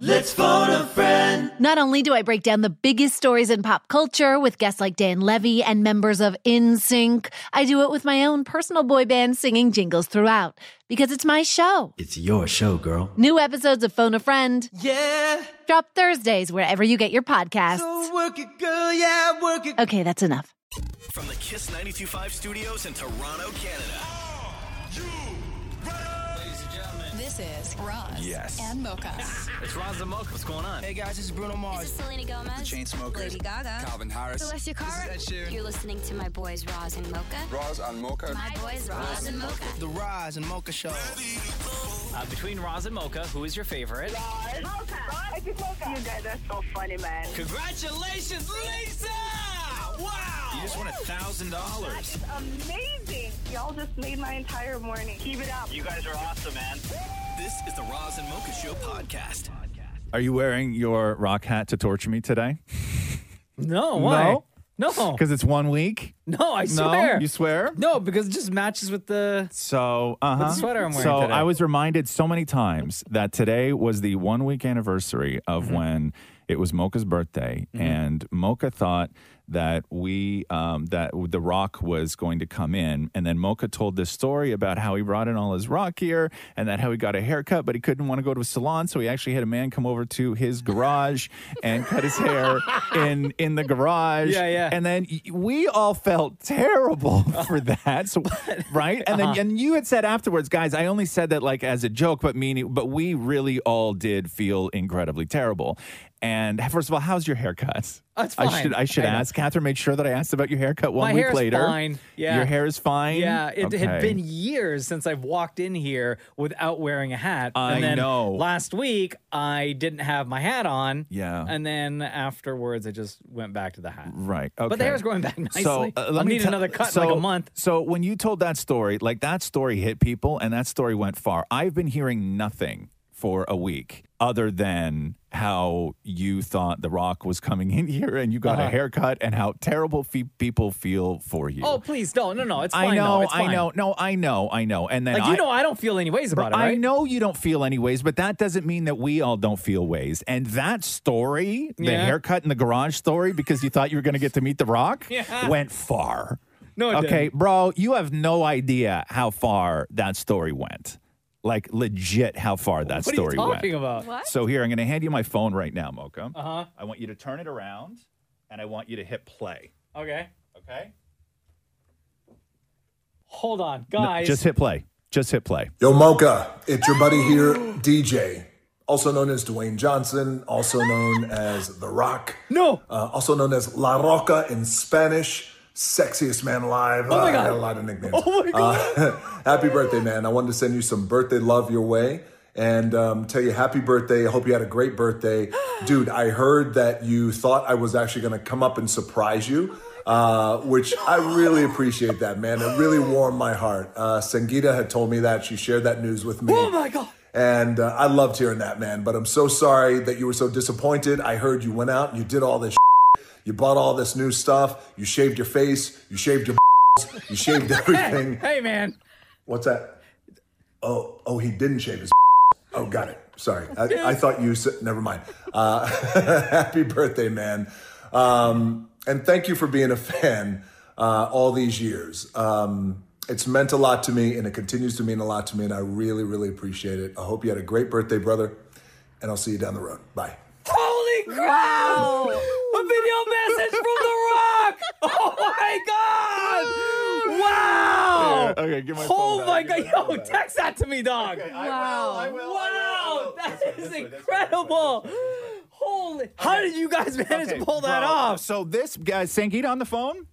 let's phone a friend. Not only do I break down the biggest stories in pop culture with guests like Dan Levy and members of InSync, I do it with my own personal boy band singing jingles throughout because it's my show. It's your show, girl. New episodes of Phone a Friend Yeah. drop Thursdays wherever you get your podcasts. So work it, girl. Yeah, work it. okay, that's enough. From the Kiss 925 studios in Toronto, Canada. Ladies and gentlemen, This is Roz Yes. and Mocha. it's Roz and Mocha. What's going on? Hey guys, this is Bruno This Mars. is Selena Gomez, Chainsmokers. Lady Gaga, Calvin Harris. Celestia Cara. This is Ed Sheeran. You're listening to my boys Roz and Mocha. Roz and Mocha. My boys Roz and Mocha. The Rise and Mocha Show. Uh, between Roz and Mocha, who is your favorite? You guys are so funny, man. Congratulations, Lisa! Wow! You just won a thousand dollars. Amazing. Y'all just made my entire morning. Keep it up. You guys are awesome, man. This is the Roz and Mocha Show podcast. Are you wearing your rock hat to torture me today? No, why? No, no, Because it's one week. I No, swear. you swear. No, because it just matches with the. So, uh huh. sweater I'm wearing So today. I was reminded so many times that today was the one week anniversary of Mm-hmm. when it was Mocha's birthday, and Mocha thought that we um, that the rock was going to come in, and then Mocha told this story about how he brought in all his rock gear and that how he got a haircut, but he couldn't want to go to a salon, so he actually had a man come over to his garage and cut his hair in in the garage. Yeah, yeah. And then y- we all felt terrible for that, so, right? And Uh-huh. then and you had said afterwards, guys, I only said that like as a joke, but meaning, but we really all did feel incredibly terrible. And first of all, how's your haircut? Oh, It's I fine. should I should I know. ask. Catherine made sure that I asked about your haircut one My week hair's later. fine. Yeah. Your hair is fine. Yeah, it had Okay. been years since I've walked in here without wearing a hat. I and then know. Last week I didn't have my hat on. Yeah. And then afterwards I just went back to the hat. Right. Okay. But the hair's growing back nicely. uh, I'll me need tell- another cut in like a month. So when you told that story, like that story hit people and that story went far. I've been hearing nothing for a week other than how you thought The Rock was coming in here and you Uh-huh. got a haircut and how terrible fe- people feel for you. Oh, please don't. No, no, it's fine. I know, though. It's I fine. know, no, I know, I know. And then Like, I, you know, I don't feel any ways about it, I right? know you don't feel any ways, but that doesn't mean that we all don't feel ways. And that story, the Yeah. haircut in the garage story, because you thought you were going to get to meet The Rock, went far. No, it okay, bro, you have no idea how far that story went. Like legit, how far What that are you story talking went. about? So here, I'm going to hand you my phone right now, Mocha. Uh-huh. I want you to turn it around, and I want you to hit play. Okay. Okay. Hold on, guys. Just hit play. Just hit play. Yo, Mocha, it's your buddy here, DJ, also known as Dwayne Johnson, also known as The Rock, no. uh, also known as La Roca in Spanish, sexiest man alive. Oh my I had God. a lot of nicknames. Oh my God. Uh, happy birthday, man. I wanted to send you some birthday love your way and um, tell you happy birthday. I hope you had a great birthday. Dude, I heard that you thought I was actually going to come up and surprise you. Uh, which I really appreciate that, man. It really warmed my heart. Uh, Sangeeta had told me that. She shared that news with me. oh my god. And uh, I loved hearing that, man. But I'm so sorry that you were so disappointed. I heard you went out and you did all this. You bought all this new stuff. You shaved your face. You shaved your. You shaved everything. Hey man. What's that? Oh, oh, he didn't shave his. Oh, got it. Sorry, I, I thought you said. Never mind. Uh, happy birthday, man, um, and thank you for being a fan uh, all these years. Um, it's meant a lot to me, and it continues to mean a lot to me, and I really, really appreciate it. I hope you had a great birthday, brother, and I'll see you down the road. Bye. Holy crap! A video message from The Rock! Oh my god! Wow! Yeah, okay, give my phone Oh back, my give god, my phone yo, back. text that to me, dog. Wow. Wow, that is incredible! Holy, how did you guys manage Okay, to pull that bro, off? So this guy, Sangeeta on the phone.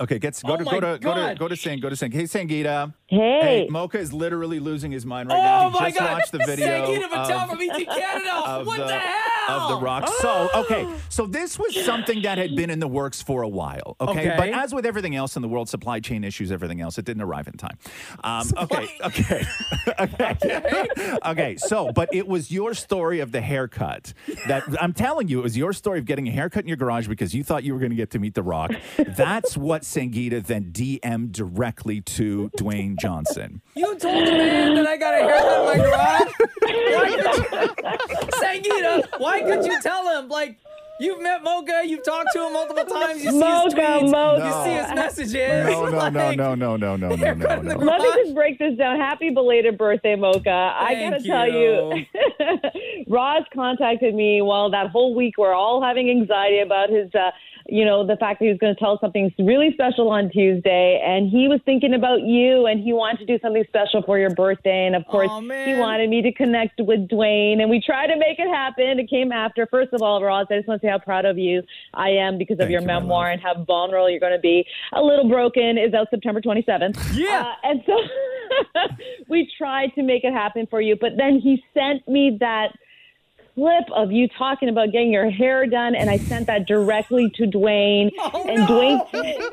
Okay, gets go Oh to my go to go to God. go to Sang go to Sang. Hey Sangeeta. Hey. Mocha is literally losing his mind right now. Oh He my just god! watched the video. Sangeeta Patel of- from E ET Canada. of What the, the- hell? of The Rock. So, okay. So, this was something that had been in the works for a while. Okay. Okay. But as with everything else in the world, supply chain issues, everything else, it didn't arrive in time. Um, okay. Okay. okay. okay. So, but it was your story of the haircut that I'm telling you, it was your story of getting a haircut in your garage because you thought you were going to get to meet The Rock. That's what Sangeeta then DM'd directly to Dwayne Johnson. You told the man that I got a haircut in my garage. Why could you, Sangeeta? Why could you tell him? Like, you've met Mocha, you've talked to him multiple times. You see Mocha, his tweets, Mocha. you see his messages. No, no, no, Like, no, no, no, no, no, no, in the no. Let me just break this down. Happy belated birthday, Mocha. I Thank gotta tell you, Roz contacted me while that whole week we're all having anxiety about his, uh, you know, the fact that he was going to tell us something really special on Tuesday, and he was thinking about you, and he wanted to do something special for your birthday, and of course Aw, he man. wanted me to connect with Dwayne, and we tried to make it happen. It came after. First of all, Roz, I just want to say how proud of you I am because of Thank your you, my memoir love. and how vulnerable you're going to be. A Little Broken is out September 27th. Yeah. Uh, and so we tried to make it happen for you, but then he sent me that clip of you talking about getting your hair done, and I sent that directly to Dwayne. Oh, and no. Dwayne,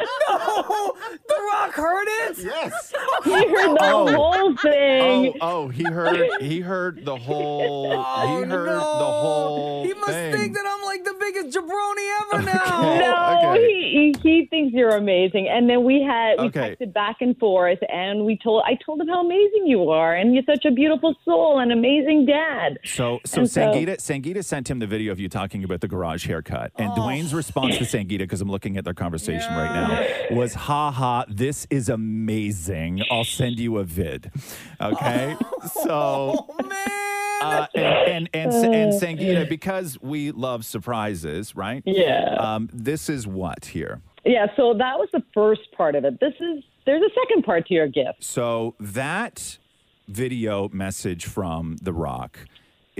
Oh, the Rock heard it. Yes. he heard the Oh. whole Oh, thing. oh, he heard he heard the whole Oh, he heard no. the whole He must thing. think that I'm like the biggest jabroni ever Okay. now. No, okay. he, he he thinks you're amazing, and then we had we Okay. texted back and forth, and we told I told him how amazing you are, and you're such a beautiful soul, and amazing dad. so so And so- Sangeeta Sangeeta sent him the video of you talking about the garage haircut and Oh. Dwayne's response to Sangeeta because I'm looking at their conversation right now was ha ha this is amazing I'll send you a vid okay so Oh man. Uh, uh, and and and, and Sangeeta because we love surprises right Yeah. um, this is what here Yeah, so that was the first part of it. This is there's a second part to your gift. So that video message from The Rock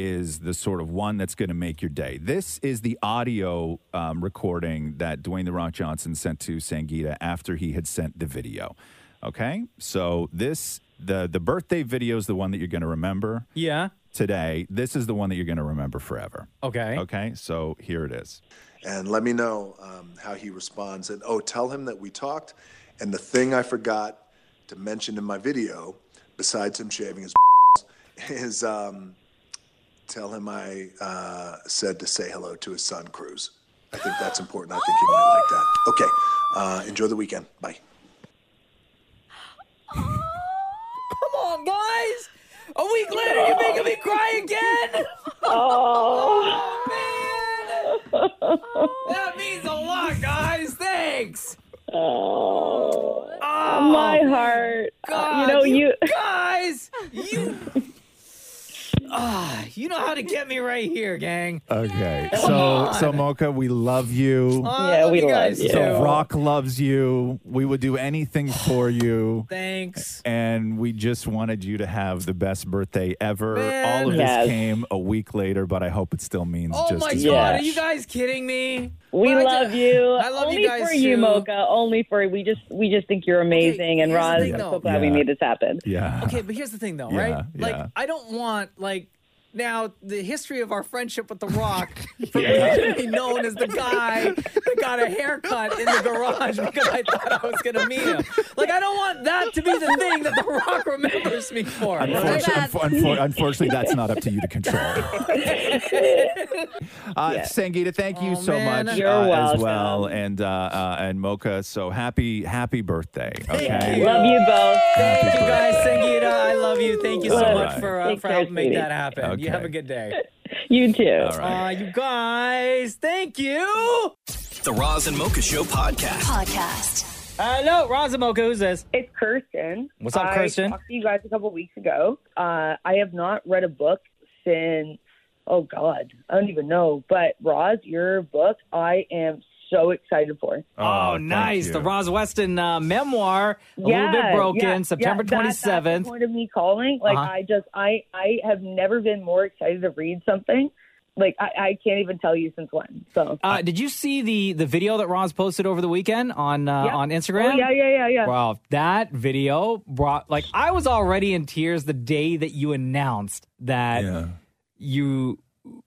is the sort of one that's going to make your day. This is the audio um, recording that Dwayne The Rock Johnson sent to Sangeeta after he had sent the video. Okay, so this the the birthday video is the one that you're going to remember Yeah. today. This is the one that you're going to remember forever. Okay. Okay, so here it is. and let me know um, how he responds. And oh, tell him that we talked. And the thing I forgot to mention in my video, besides him shaving his is um, tell him I uh, said to say hello to his son, Cruz. I think that's important. I think he might like that. Okay. Uh, enjoy the weekend. Bye. Come on, guys. A week later, you're making me cry again. Oh, Oh, Man, that means a lot, guys. Thanks. Oh, my heart. God, you know you guys, you. Ah, you know how to get me right here, gang. Okay, so so Mocha, we love you. I Yeah, love we you love guys you. too. So Rock loves you. We would do anything for you. Thanks. and we just wanted you to have the best birthday ever. Man. All of Yes. this came a week later, but I hope it still means Oh just my as god, Yeah. are you guys kidding me? we But I love ju- you. I love only you guys for you, too. Mocha. Only for we just we just think you're amazing. and here's the Roz, thing, I'm though. so glad we Yeah. made this happen. Yeah. Okay, but here's the thing though, Yeah, right? Like yeah. I don't want like now the history of our friendship with the Rock for me to be known as the guy that got a haircut in the garage because I thought I was gonna meet him. Like I don't want that to be the thing that the Rock remembers me for. right? Unfortunately, Right. unfortunately, that's not up to you to control. uh, Sangeeta, thank you Oh, so man. much You're uh, as welcome. well, and uh, uh, and Mocha. So happy, happy birthday! Okay, you. Love you both. Thank you guys, Sangeeta. I love you. Thank you so All much right. for uh, Take for care, helping make sweetie. that happen. You have Okay. a good day. You too. all right. Uh, you guys, thank you. The Roz and Mocha Show podcast. Podcast. Hello, Razamoka. Who's this? It's Kirsten. What's up, Kirsten? I talked to you guys a couple weeks ago. Uh, I have not read a book since, oh God, I don't even know. But Roz, your book, I am so excited for. Oh, Oh, thank nice. you. The Roz Weston uh, memoir, A Little Bit Broken, September yeah, that- that's the 27th. point of me calling. Like Uh-huh. I just, I, I have never been more excited to read something. Like I, I can't even tell you since when. So uh, did you see the, the video that Roz posted over the weekend on uh, Yeah. on Instagram? Oh, yeah, yeah, yeah, yeah. Wow, that video brought like I was already in tears the day that you announced that Yeah. you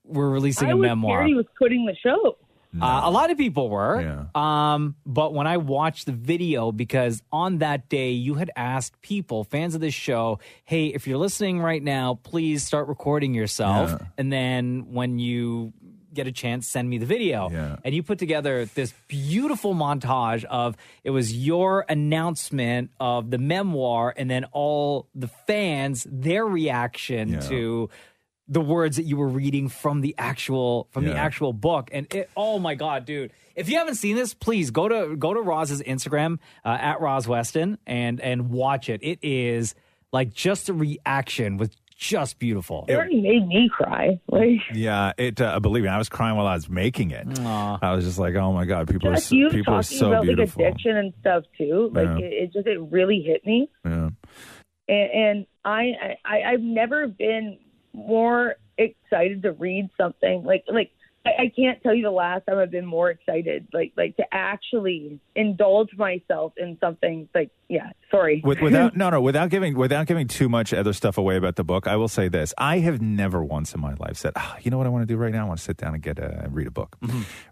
were releasing I a was memoir. scared he was quitting the show. Uh, a lot of people were. Um, but when I watched the video, because on that day you had asked people, fans of this show, hey, if you're listening right now, please start recording yourself. Yeah. And then when you get a chance, send me the video. And you put together this beautiful montage of it was your announcement of the memoir and then all the fans, their reaction to the words that you were reading from the actual from the Yeah. actual book and it, oh my god dude if you haven't seen this please go to go to roz's instagram uh, at roz weston and and watch it it is like just the reaction was just beautiful It already made me cry. Like Yeah, it. Uh, believe me, I was crying while I was making it. I was just like, "Oh my god, people just are you so, people are talking so about beautiful." like addiction and stuff too. Like Yeah. it, it just it really hit me. yeah. and, and I, I I've never been more excited to read something like like I, I can't tell you the last time I've been more excited like like to actually indulge myself in something like yeah sorry With, without no no without giving without giving too much other stuff away about the book, I will say this: I have never once in my life said, oh, "You know what I want to do right now? I want to sit down and get a read a book."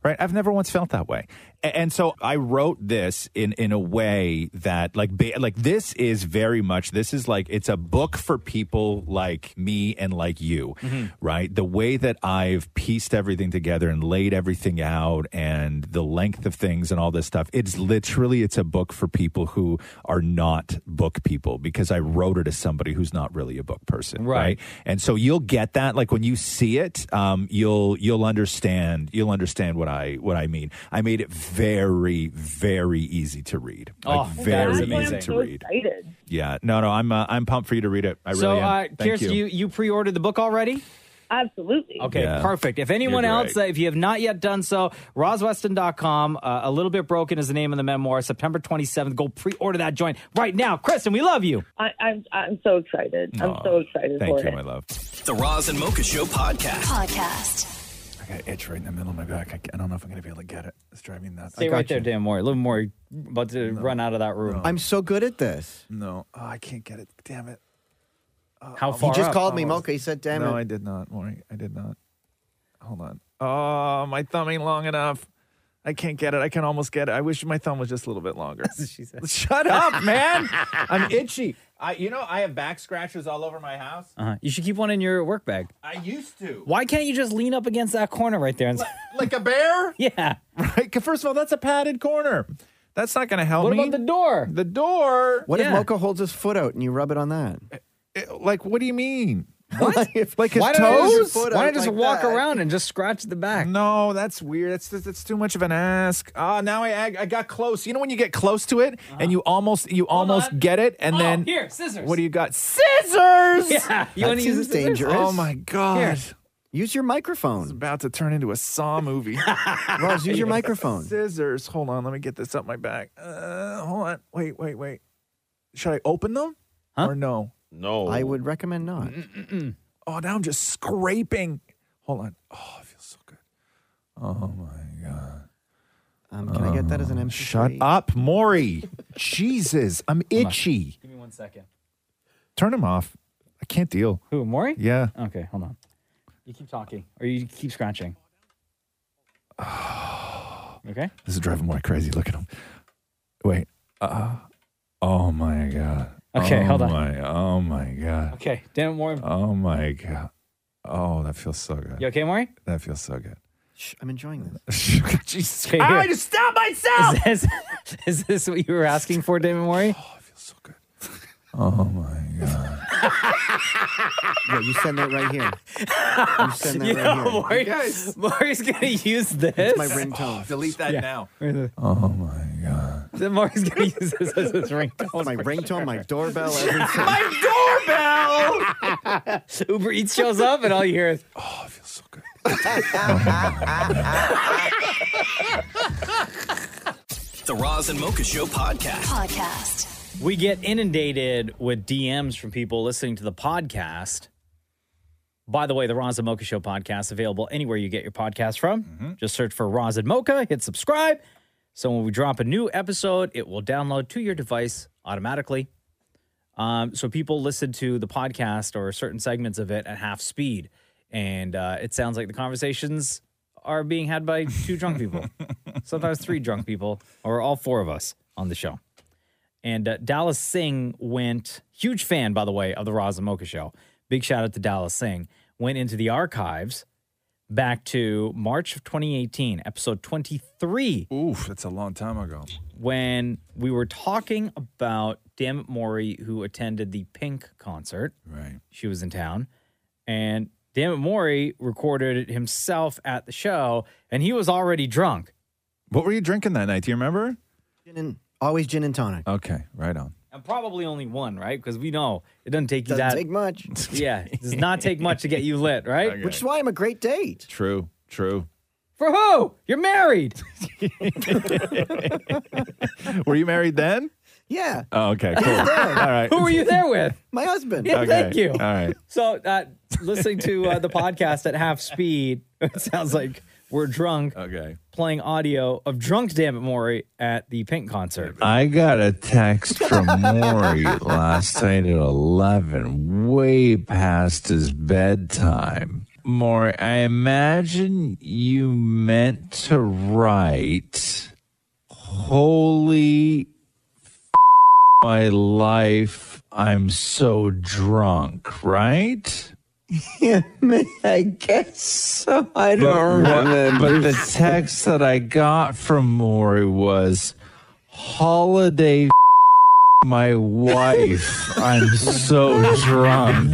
Right? I've never once felt that way, A- and so I wrote this in in a way that like ba- like this is very much this is like it's a book for people like me and like you, right? The way that I've pieced everything together and laid everything out and the length of things and all this stuff, it's literally it's a book for people who are not book people because I wrote it as somebody who's not really a book person, right? And so you'll get that like when you see it, um, you'll you'll understand you'll understand what I what I mean. I made it very very easy to read, like Oh, very that's easy amazing. to read. excited Yeah, no, no, I'm uh, I'm pumped for you to read it. I really so am. uh Thank kirsten you. you pre-ordered the book already absolutely Okay, Yeah. perfect. If anyone You're else, uh, if you have not yet done so, rosweston.com, uh, A Little Bit Broken is the name of the memoir, September 27th. Go pre order that joint right now. Kristen, we love you. I, I'm I'm so excited I'm so excited for it love. The Roz and Mocha Show podcast. Podcast. I got itch right in the middle of my back. I, I don't know if I'm going to be able to get it. It's driving me nuts. Stay right there, Dan Moore. A little more about to run out of that room. I'm so good at this. No, oh, I can't get it. Damn it. Oh, How He just called me Mocha. He said, "Damn No, I it." did not, Maury. I did not. Hold on. Oh, my thumb ain't long enough. I can't get it. I can almost get it. I wish my thumb was just a little bit longer. she said. Shut up, man. I'm itchy. I, you know, I have back scratches all over my house. Uh-huh. You should keep one in your work bag. I used to. Why can't you just lean up against that corner right there? And... Like a bear? yeah. Right? 'Cause First of all, that's a padded corner. That's not going to help What me. about the door? The door. What if Mocha holds his foot out and you rub it on that? Like, what do you mean? What? like his Why don't I use your toes? foot Why don't I out just like walk that? around and just scratch the back? No, that's weird. That's that's, that's too much of an ask. Ah, now I I got close. You know when you get close to it and you almost you almost get it and Oh, then here, scissors. What do you got? Scissors. Yeah, you wanna use the scissors? Oh my Here. god. Use your microphone. It's about to turn into a Saw movie. Roz, use your microphone. Scissors. Hold on. Let me get this up my back. Uh, hold on. Wait, wait, wait. Should I open them or no? No. I would recommend not. Oh, now I'm just scraping. Hold on. Oh, it feels so good. Oh my god. Um, can I get that as an MP3? Shut up, Maury. Jesus, I'm itchy. Give me one second. Turn him off. I can't deal. Who, Maury? Yeah. Okay, hold on. You keep talking or you keep scratching. okay. This is driving Maury crazy. Look at him. Wait. Uh, oh my god. Okay, oh hold on. My, oh my god. Okay, Dan Moore. Oh my god. Oh, that feels so good. You okay, Maury? That feels so good. Shh, I'm enjoying this. Jesus. Okay, I here. just stopped myself. Is this, is this what you were asking for, Damon Mori? Oh my god. yeah, you send that right here. You send that You right know, here. Maury- Maury's gonna use this. It's my ringtone. delete that now. Uh-huh. Oh my god. Then Maury's gonna use this as his ringtone. my ringtone, my doorbell, everything. my doorbell. Uber Eats shows up, and all you hear is, "Oh, it feels so good." The Roz and Mocha Show podcast. Podcast. We get inundated with DMs from people listening to the podcast. By the way, the Roz and Mocha Show podcast available anywhere you get your podcast from. Just search for Roz and Mocha, hit subscribe. So when we drop a new episode, it will download to your device automatically. Um, so people listen to the podcast or certain segments of it at half speed. and uh, it sounds like the conversations are being had by two drunk people, sometimes three drunk people, or all four of us on the show. And uh, Dallas Singh went, huge fan, by the way, of the Roz and Mocha show. Big shout out to Dallas Singh. Went into the archives back to March of 2018, episode 23. Oof, that's a long time ago. When we were talking about Dammit Maury, who attended the Pink concert. Right. She was in town. And Dammit Maury recorded it himself at the show, and he was already drunk. What were you drinking that night? Do you remember? Gin and, Always gin and tonic. Okay, right on. probably only one, right? Because we know it doesn't take you Doesn't that take much. yeah, it does not take much to get you lit, right? Which is why I'm a great date. True, true. For who? You're married. Were you married then? Yeah. Oh, okay, cool. All right. Who were you there with? My husband. Yeah, Okay, thank you. All right. So, uh, listening to uh, the podcast at half speed, it sounds like we're drunk. Okay. Playing audio of drunk Dammit Maury at the Pink concert. I got a text from Maury last night at 11, way past his bedtime. Maury, I imagine you meant to write, Holy f- my life, I'm so drunk, right? Yeah, I guess so. I don't what- remember. but the text that I got from Maury was holiday my wife. I'm so drunk.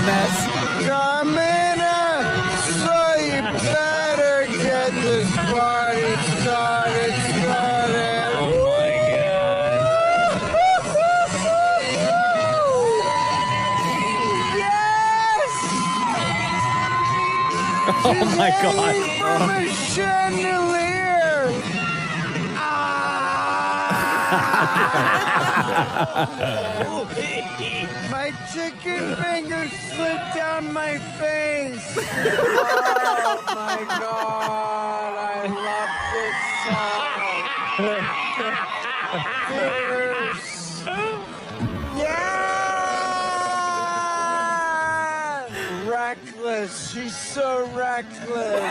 Come in uh, so you better get this party started, started. Oh my god. yes! Oh my god. From a chandelier. Ah! My chicken finger slipped down my face. oh my god, I love this song. Fingers. Yeah! Reckless, she's so reckless.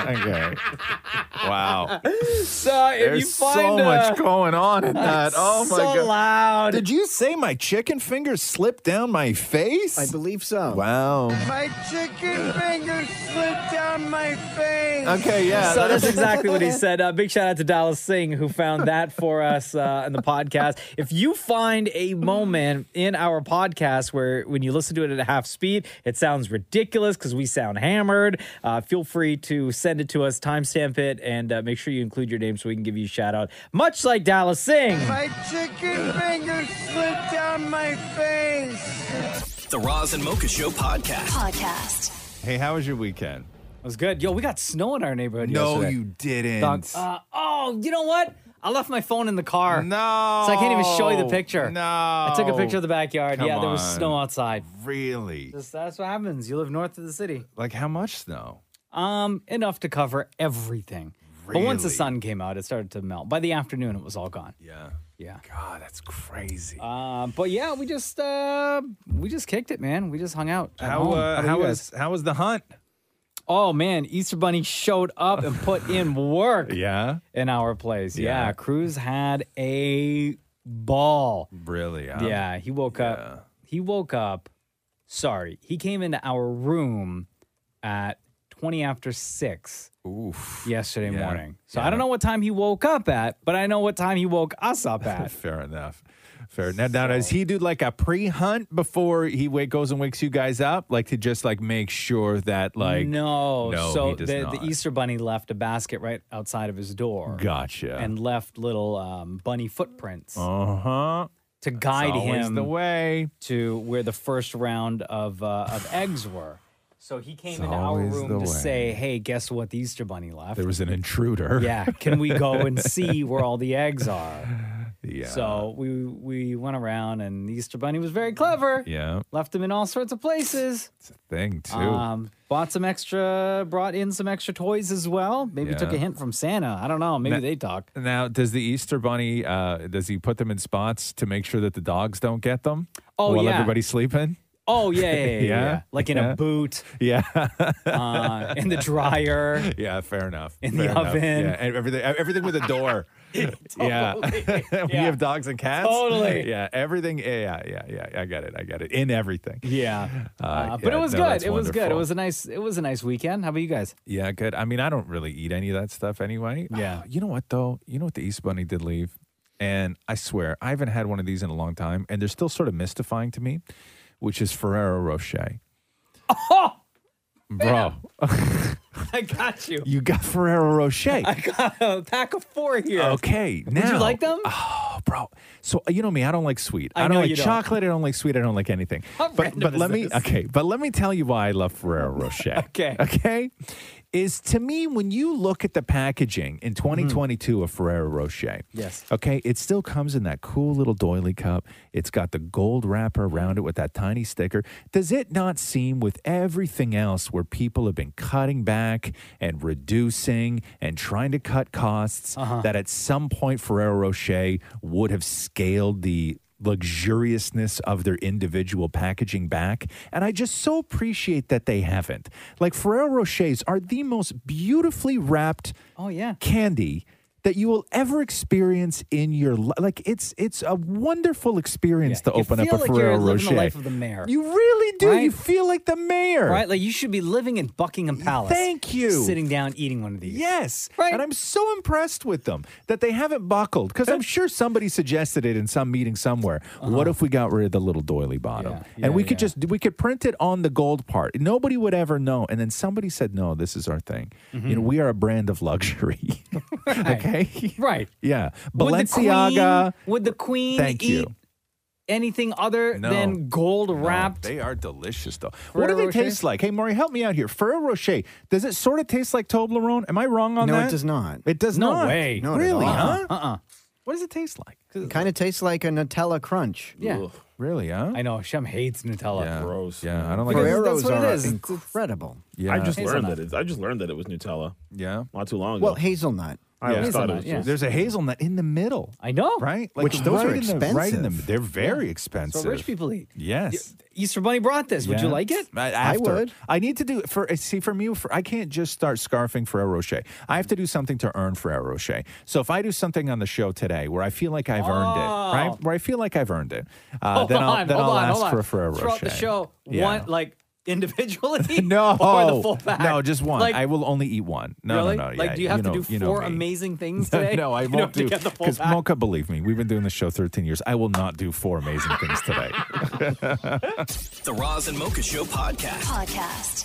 Okay. Wow. So if There's you find so uh, much going on in that. it's Oh my so god! loud. Did you say my chicken fingers slipped down my face? I believe so. Wow. My chicken fingers slipped down my face. So that's exactly what he said. Uh, big shout out to Dallas Singh who found that for us uh, in the podcast. If you find a moment in our podcast where, when you listen to it at half speed, it sounds ridiculous because we sound hammered, uh, feel free to send it to us, timestamp it, and uh, make sure you include your name so we can give you a shout out. Much like Dallas Singh. My chicken fingers slipped down my face. The Roz and Mocha Show podcast. Podcast. Hey, how was your weekend? It was good. Yo, we got snow in our neighborhood. No, yesterday. you didn't. Dog, uh, oh, you know what? I left my phone in the car. No. So I can't even show Oh, you the picture. No. I took a picture of the backyard. Come yeah, there was on. snow outside. Really? Just- that's what happens. You live north of the city. Like how much snow? Um, enough to cover everything. But once the Really? sun came out, it started to melt. By the afternoon, it was all gone. Yeah. Yeah. God, that's crazy. Uh, but yeah, we just uh, we just kicked it, man. We just hung out. at How uh, home. about how you guys? was how was the hunt? Oh man, Easter Bunny showed up and put in work. yeah, in our place. Yeah, Yeah. Cruz had a ball. Really? huh? Yeah, he woke up. He woke up. Sorry, he came into our room at twenty after six. Oof. Yesterday Yeah. morning. So I Yeah. don't know what time he woke up at, but I know what time he woke us up at. Fair enough. Fair. Now, now does he do like a pre-hunt before he wake, goes and wakes you guys up, like to just like make sure that like no, no, so he does the, e- not. the Easter Bunny left a basket right outside of his door. Gotcha. And left little um, bunny footprints. Uh Uh-huh. huh. to guide always him the way to where the first round of uh, of eggs were. So he came into our always room the to way. say, "Hey, guess what? The Easter Bunny left." There was an intruder. Yeah, can we go and see where all the eggs are? Yeah. Yeah. So we we went around, and the Easter Bunny was very clever. Yeah. Left him in all sorts of places. Thing too. Um, bought some extra, brought in some extra toys as well. Maybe took a Yeah. hint from Santa. I don't know. Maybe Now- they talk. Now, does the Easter Bunny uh, does he put them in spots to make sure that the dogs don't get them? Oh, while yeah. everybody's sleeping. Oh yeah, yeah, yeah, yeah, Yeah? yeah. like in Yeah. a boot. Yeah, uh, in the dryer. Yeah, fair enough. In the Fair enough. oven. Yeah, and everything, everything with a door. Yeah, we have dogs and cats. Totally. Yeah, everything. Yeah, yeah, yeah, yeah. I get it. I get it. In everything. Yeah, uh, Uh, but yeah, it was no, good. that's It was good. It wonderful. was a nice. It was a nice weekend. How about you guys? Yeah, good. I mean, I don't really eat any of that stuff anyway. Yeah. you know what though? You know what the East Bunny did leave? And I swear, I haven't had one of these in a long time, and they're still sort of mystifying to me, which is Ferrero Rocher. Oh, Bro, I got you. you got Ferrero Rocher. I got a pack of four here. Okay, Did now- Ah. you like them? So uh, you know me, I don't like sweet. I I, don't know like you don't. chocolate. I don't like sweet. I don't like anything. How but random but is let me this? okay. But let me tell you why I love Ferrero Rocher. okay. Okay. Is to me when you look at the packaging in 2022 of Ferrero Rocher. Mm-hmm. Yes. Okay, it still comes in that cool little doily cup. It's got the gold wrapper around it with that tiny sticker. Does it not seem with everything else where people have been cutting back and reducing and trying to cut costs Uh-huh. that at some point Ferrero Rocher would have scaled the luxuriousness of their individual packaging back and I just so appreciate that they haven't. Like Ferrero Rochers are the most beautifully wrapped Oh yeah. candy that you will ever experience in your life. Like it's it's a wonderful experience to You open up feel a like Ferrero you're living the Rocher. life of the mayor. You really do. Right? You feel like the mayor. Right? Like you should be living in Buckingham Palace. Thank you. Sitting down eating one of these. Yes. And I'm so impressed with them that they haven't buckled because I'm sure somebody suggested it in some meeting somewhere. What if we got rid of the little doily bottom? yeah, and we could just we could print it on the gold part. Nobody would ever know. And then somebody said, "No, this is our thing. You know, we are a brand of luxury." okay. Right. yeah. Would the queen- Balenciaga. Would the queen Thank eat you. anything other No. than gold wrapped? They are delicious though. what do Ferrero they Rocher? taste like? Hey, Maury, help me out here. Ferrero Rocher. Does it sort of taste like Toblerone? Am I wrong on No, that? it does not. It does No not. way. Not at really? all. Huh? Uh-uh. Uh-uh. What does it taste like? Kind of tastes like a Nutella crunch. Yeah. Ugh. Really? Huh? I know Shem hates Nutella. Gross. Yeah, I don't like it. Ferrero's That's what it are is. It's- incredible. I just Hazelnut. learned that. It's, I just learned that it was Nutella. Yeah, not too long ago. Well, hazelnut. I always thought it was just- There's a hazelnut in the middle. I know. Right? Which those are right in the- right in the- expensive. they're very Yeah. expensive. So rich people eat. Yes. Easter Bunny brought this. Would you Yeah. like it? I, after. I need to do for see for me. For, I can't just start scarfing Ferrero Rocher. I have to do something to earn Ferrero Rocher. So if I do something on the show today where I feel like I've earned Oh. it, right? Where I feel like I've earned it, uh, Hold then I'll on, then hold I'll on, ask hold on. for a Ferrero Throughout Rocher. the show, Yeah. one like individually No, or the full pack. no, just one. Like, I will only eat one. No, really? no, no. Like, yeah, do you have to know- do you know four me. amazing things today? no, I You won't know, to do get the full because pack? Mocha. Believe me, we've been doing this show 13 years. I will not do four amazing things today. The Roz and Mocha Show podcast. Podcast.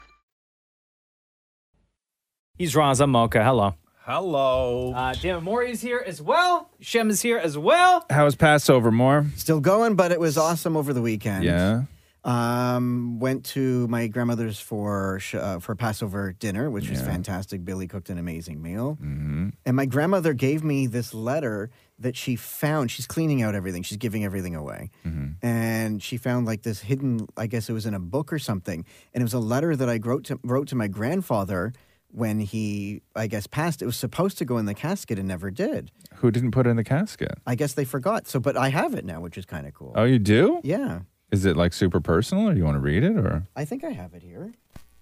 He's Raza Mocha. Hello. Hello. Uh, David Morey is here as well. Shem is here as well. How was Passover, more? Still going, but it was awesome over the weekend. Yeah. Um, went to my grandmother's for sh- uh, for Passover dinner, which was fantastic. Billy cooked an amazing meal, Mm-hmm, and my grandmother gave me this letter that she found. She's cleaning out everything. She's giving everything away, mm-hmm. and she found like this hidden. I guess it was in a book or something, and it was a letter that I wrote to wrote to my grandfather when he, I guess, passed. It was supposed to go in the casket and never did. Who didn't put it in the casket? I guess they forgot. So, but I have it now, which is kind of cool. Oh, you do? Yeah. Is it like super personal, or you want to read it, or? I think I have it here.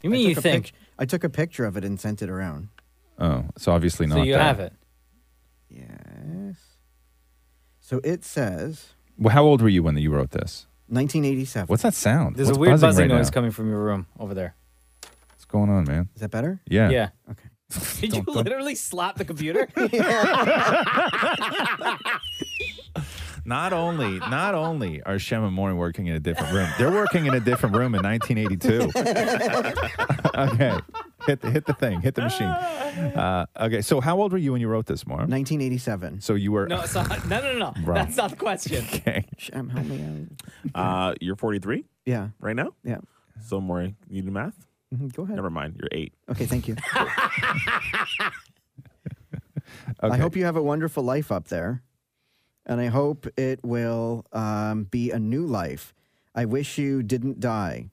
You mean you think? I took a picture of it and sent it around. Oh, it's obviously not. so you there. have it. Yes. So it says Well, how old were you when you wrote this? 1987. What's that sound? There's What's a weird buzzing, right noise now? coming from your room over there. What's going on, man? Is that better? Yeah. Yeah. Okay. Did you literally slap the computer? Not only, not only are Shem and Maury working in a different room, they're working in a different room in 1982. okay, hit the, hit the thing, hit the machine. Uh, okay, so how old were you when you wrote this, Maury? 1987. So you were no, it's not, no, no, no, no. Wrong. That's not the question. Okay. Shem, um, help me out. Uh, you're 43 Yeah. right now? Yeah. So, Maury, you do math? Mhm, Go ahead. Never mind. You're eight. Okay, thank you. I hope you have a wonderful life up there. And I hope it will um, be a new life. I wish you didn't die.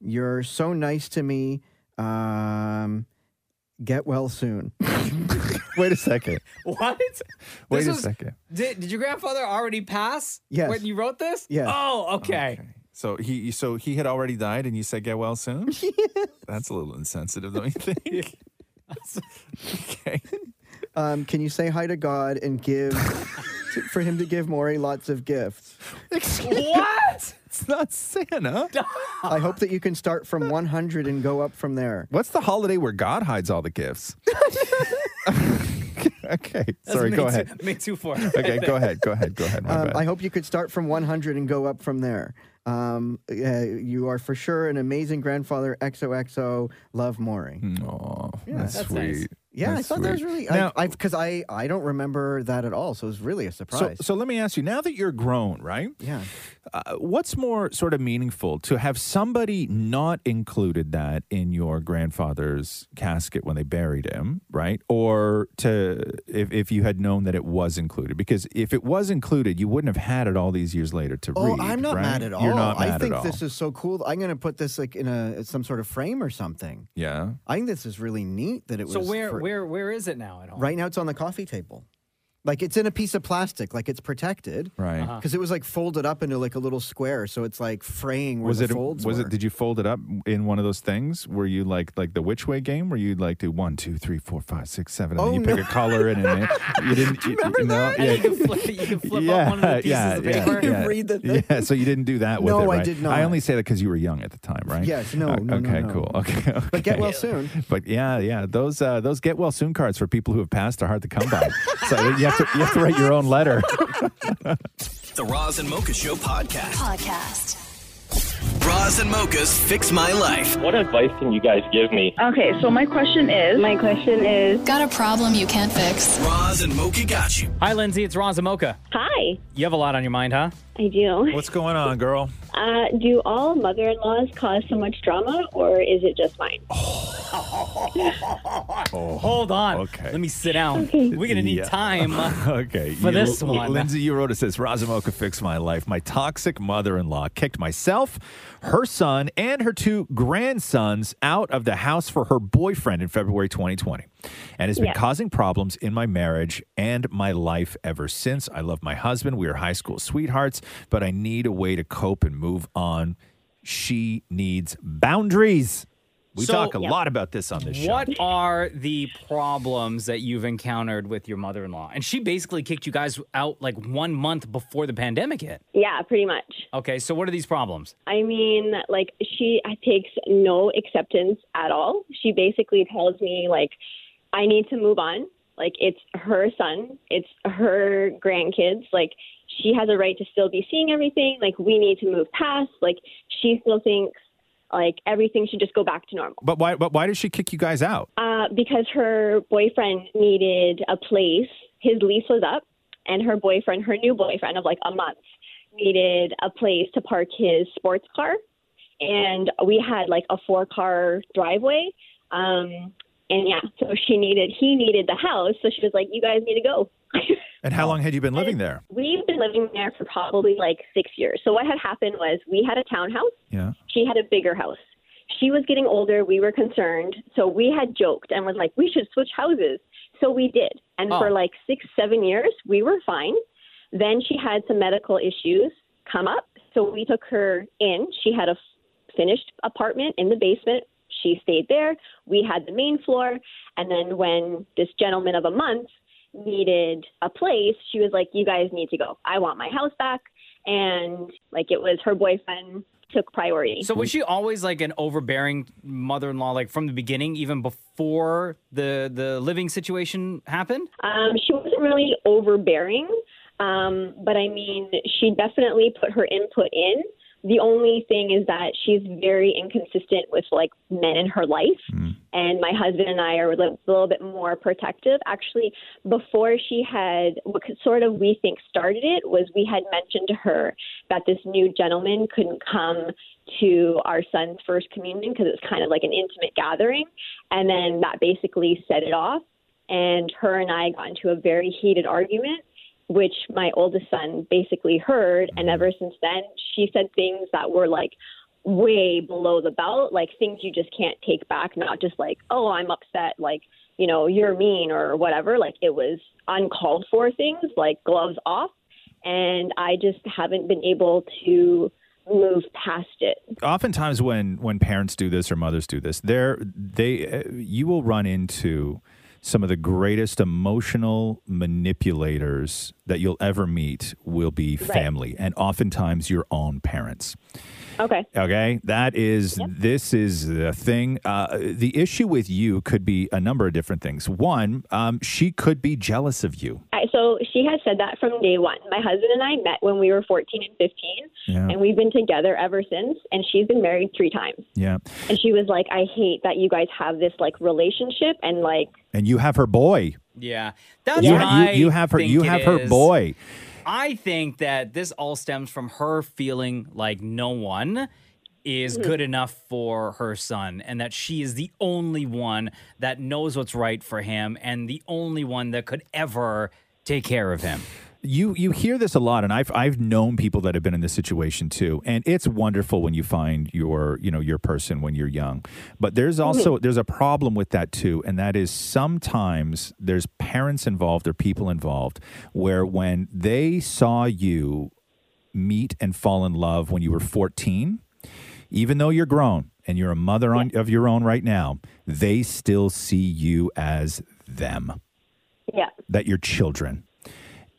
You're so nice to me. Um, get well soon. Wait a second. What? Wait This a was- second. Did, did your grandfather already pass? Yes. When you wrote this? Yes. Oh, okay. So he, so he had already died, and you said get well soon. That's a little insensitive, don't you think? Um, can you say hi to God and give for him to give Maury lots of gifts? what? It's not Santa. I hope that you can start from 100 and go up from there. What's the holiday where God hides all the gifts? okay, That's sorry. me Go too- ahead. me too far. Okay, go ahead. Go ahead. Go ahead. My Um, bad. I hope you could start from 100 and go up from there. Um, uh, you are for sure an amazing grandfather. XOXO, love Maury. Oh, that's That's nice. sweet. Yeah, That's I thought that was sweet. really Now- I because I, I don't remember that at all, so it was really a So, surprise. so let me ask you now that you're grown, right? yeah, Uh, what's more sort of meaningful to have somebody not included that in your grandfather's casket when they buried him, right? Or to if, if you had known that it was included? Because if it was included, you wouldn't have had it all these years later to Oh, read. I'm not right? mad at all. You're not mad I think at all. this is so cool. I'm going to put this like in a some sort of frame or something. yeah. I think this is really neat that it so was. where for- where where is it now at Oh. home? Right now, it's on the coffee table. Like it's in a piece of plastic, like it's protected. Right. Uh-huh. Because it was like folded up into like a little square, so it's like fraying where Was the it folds was were. it did you fold it up in one of those things where you like like the which way game where you like do one, two, three, four, five, six, seven, and Oh, then you no. pick a color and then you didn't you, you know, yeah. You can flip, you can flip up one of the pieces of paper. yeah. So you didn't do that with No, it, I right? did not. I only say that because you were young at the time, right? Yes, no, Uh, no, no, okay. no. Cool. Okay. okay. But get well soon. But yeah, yeah. Those uh, those get well soon cards for people who have passed are hard to come by. so you have to you have to write your own letter. The Roz and Mocha Show podcast. Podcast. Roz and Mocha's Fix My Life. What advice can you guys give me? Okay, so my question is. My question is. Got a problem you can't fix. Roz and Mocha got you. Hi, Lindsay. It's Ron Zamoka. Hi. You have a lot on your mind, huh? I do. What's going on, girl? Uh, do all mother in laws cause so much drama, or is it just mine? Hold on. Okay. Let me sit down. We're gonna need Yeah. time. uh, okay. for this one. Lindsay, you wrote it says, Razumoka fixed my life. My toxic mother in law kicked myself, her son, and her two grandsons out of the house for her boyfriend in February 2020 and has been Yeah. causing problems in my marriage and my life ever since. I love my husband. We are high school sweethearts, but I need a way to cope and move on. She needs boundaries. We So- talk a Yep. lot about this on this show. What are the problems that you've encountered with your mother in law? And she basically kicked you guys out like one month before the pandemic hit. Yeah, pretty much. Okay, so what are these problems? I mean, like, she takes no acceptance at all. She basically tells me, like, I need to move on. Like, it's her son, it's her grandkids. Like, she has a right to still be seeing everything. Like, we need to move past. Like, she still thinks, like, everything should just go back to normal. But why, but why did she kick you guys out? Uh, because her boyfriend needed a place. His lease was up, and her boyfriend, her new boyfriend of like a month, needed a place to park his sports car. And we had like a four car driveway. Um, and yeah, so she needed, he needed the house. So she was like, you guys need to go. And how long had you been living there? We've been living there for probably like six years. So what had happened was we had a townhouse. Yeah. She had a bigger house. She was getting older. We were concerned. So we had joked and was like, we should switch houses. So we did. And Oh. for like six, seven years, we were fine. Then she had some medical issues come up. So we took her in. She had a f- finished apartment in the basement. She stayed there. We had the main floor. And then when this gentleman of a month needed a place, she was like, you guys need to go. I want my house back. And like it was her boyfriend took priority. So was she always like an overbearing mother-in-law, like from the beginning, even before the the living situation happened? Um, she wasn't really overbearing, um, but I mean, she definitely put her input in. The only thing is that she's very inconsistent with like men in her life, and my husband and I are a li- little bit more protective. Actually, before she had what could sort of we think started it was we had mentioned to her that this new gentleman couldn't come to our son's first communion because it's kind of like an intimate gathering, and then that basically set it off. And her and I got into a very heated argument which my oldest son basically heard. And ever since then, she said things that were like way below the belt, like things you just can't take back, not just like, oh, I'm upset, like, you know, you're mean or whatever. Like, it was uncalled for things, like gloves off. And I just haven't been able to move past it. oftentimes when when parents do this or mothers do this they're they uh, you will run into some of the greatest emotional manipulators that you'll ever meet will be Right. family and oftentimes your own parents Okay. Okay, that is this is the thing. Uh, the issue with you could be a number of different things. One, um, she could be jealous of you. I, so she has said that from day one. My husband and I met when we were 14 and 15, Yeah. and we've been together ever since. And she's been married three times. Yeah, And she was like, I hate that you guys have this like relationship and like and you have her boy. Yeah, that's you, what ha- you- I you have her. think You it have her is. boy. I think that this all stems from her feeling like no one is Mhm. good enough for her son and that she is the only one that knows what's right for him and the only one that could ever take care of him. You you hear this a lot, and I've I've known people that have been in this situation too, and it's wonderful when you find your you know your person when you're young. But there's also there's a problem with that too, and that is sometimes there's parents involved or people involved where when they saw you meet and fall in love when you were 14, even though you're grown and you're a mother on, of your own right now, they still see you as them yeah. that your children.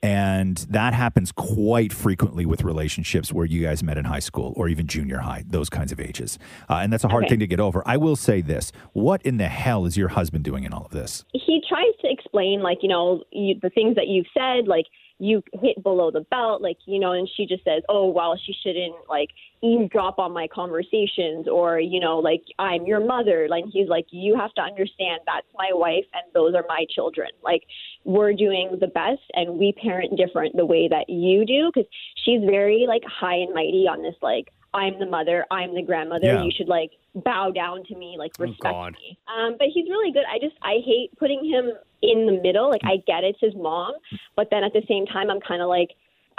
And that happens quite frequently with relationships where you guys met in high school or even junior high, those kinds of ages. Uh, and that's a hard Okay. thing to get over. I will say this what in the hell is your husband doing in all of this? he tries to explain like you know you, the things that you've said like you hit below the belt like you know and she just says oh well she shouldn't like eavesdrop on my conversations or you know like i'm your mother like he's like you have to understand that's my wife and those are my children like we're doing the best and we parent different the way that you do because she's very like high and mighty on this like i'm the mother i'm the grandmother Yeah. you should like bow down to me like Oh, respect me um, but he's really good. I just I hate putting him in the middle. Like I get it's his mom, but then at the same time I'm kind of like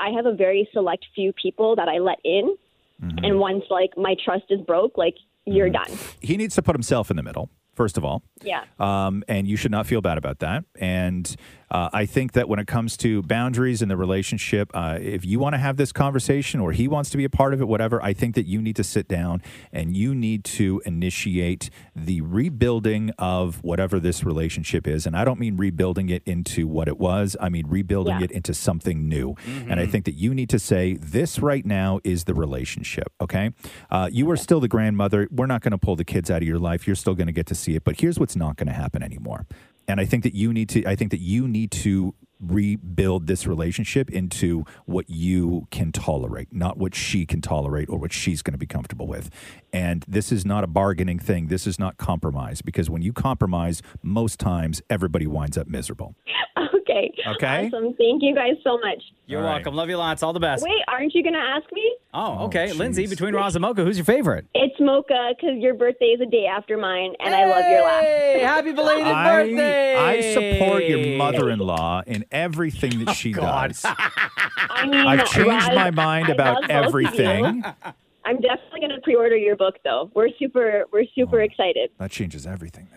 I have a very select few people that I let in, Mm-hmm. and once like my trust is broke, like you're done. He needs to put himself in the middle, first of all. Yeah. Um, and you should not feel bad about that. And uh, I think that when it comes to boundaries in the relationship, uh, if you want to have this conversation or he wants to be a part of it, whatever, I think that you need to sit down and you need to initiate the rebuilding of whatever this relationship is. And I don't mean rebuilding it into what it was, I mean rebuilding Yeah. it into something new. And I think that you need to say, this right now is the relationship, okay? Uh, you are still the grandmother. We're not going to pull the kids out of your life. You're still going to get to see it. But here's what's not going to happen anymore. And I think that you need to, I think that you need to rebuild this relationship into what you can tolerate, not what she can tolerate or what she's going to be comfortable with. And this is not a bargaining thing. This is not compromise because when you compromise, most times everybody winds up miserable. okay. Uh, Okay. Awesome. Thank you guys so much. You're welcome. Love you lots. All the best. Wait, aren't you gonna ask me? Oh, okay. Lindsay, between Roz and Mocha, who's your favorite? It's Mocha because your birthday is a day after mine, and I love your laugh. Hey, happy belated I, birthday! I support your mother-in-law in Oh, everything that she does. I mean, I've changed Roz, my mind I about love both of you. everything. I'm definitely gonna pre-order your book, though. We're super, we're super Oh. excited. That changes everything.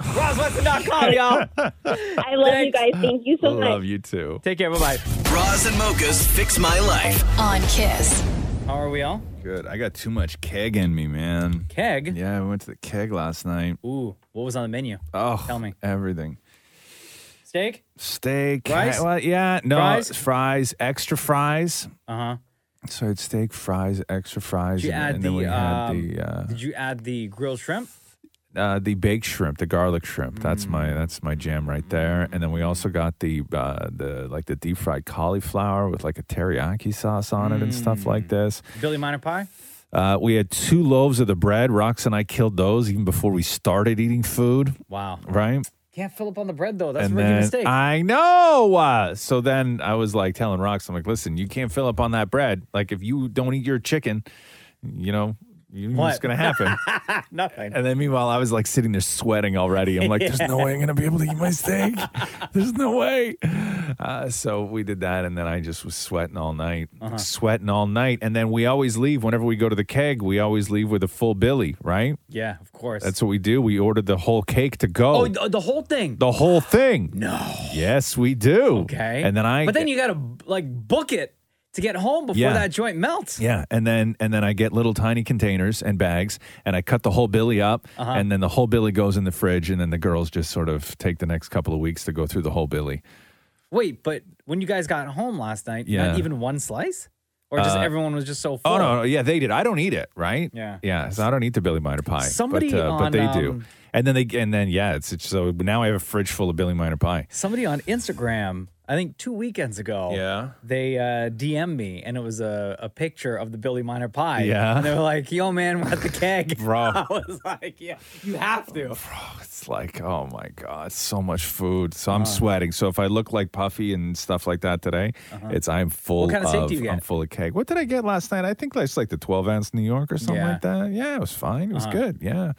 RozWeston.com, y'all. I love you guys. Thank you so much. you too. Take care. Bye bye. Roz and Mocha's Fix My Life. On Kiss. How are we all? Good. I got too much keg in me, man. Keg? Yeah, I went to the keg last night. Ooh, what was on the menu? Oh, Tell me. Everything. Steak? Steak. Rice? Well, yeah, no Fries? fries, extra fries. Uh huh. So I had steak, fries, extra fries, Did you and, add and then the, we had um, the uh, Did you add the grilled shrimp? uh, the baked shrimp, the garlic shrimp. That's Mm. my that's my jam right there. And then we also got the uh, the like the deep fried cauliflower with like a teriyaki sauce on it and stuff Mm. like this. Billy Minor Pie? Uh, we had two loaves of the bread. Rox and I killed those even before we started eating food. Wow. Right? Can't fill up on the bread though. That's and a rookie then mistake. I know. Uh, so then I was like telling Rox, I'm like, listen, you can't fill up on that bread. Like if you don't eat your chicken, you know, you, what's What? going to happen? Nothing. And then meanwhile, I was like sitting there sweating already. I'm like, there's no way I'm going to be able to eat my steak. There's no way. Uh, so we did that. And then I just was sweating all night, Uh-huh. sweating all night. And then we always leave whenever we go to the keg, we always leave with a full Billy, right? Yeah, of course. That's what we do. We ordered the whole cake to go. Oh, the, the whole thing. The whole thing. No. Yes, we do. Okay. And then I. But then you got to like book it to get home before Yeah. that joint melts. Yeah, and then and then I get little tiny containers and bags, and I cut the whole billy up, Uh-huh. and then the whole billy goes in the fridge, and then the girls just sort of take the next couple of weeks to go through the whole billy. Wait, but when you guys got home last night, Yeah. not even one slice? Or just Uh, everyone was just so full? Oh no, no, yeah, they did. I don't eat it, right? Yeah. yeah. So I don't eat the Billy Minor pie. Somebody but, uh, but on, they do. um, And then they and then yeah, it's, it's so now I have a fridge full of Billy Minor pie. Somebody on Instagram, I think two weekends ago, Yeah. they uh, DM'd me and it was a, a picture of the Billy Minor pie. Yeah. And they were like, yo, man, we're at the keg. Bro. I was like, yeah, you have to. It's like oh my god, so much food. So Uh-huh. I'm sweating. So if I look like puffy and stuff like that today, it's I'm full. kind of Uh-huh. steak do you get? I'm full of cake. What did I get last night? I think it's like the 12 ounce New York or something Yeah. like that. Yeah, it was fine. It was Uh-huh. good. Yeah.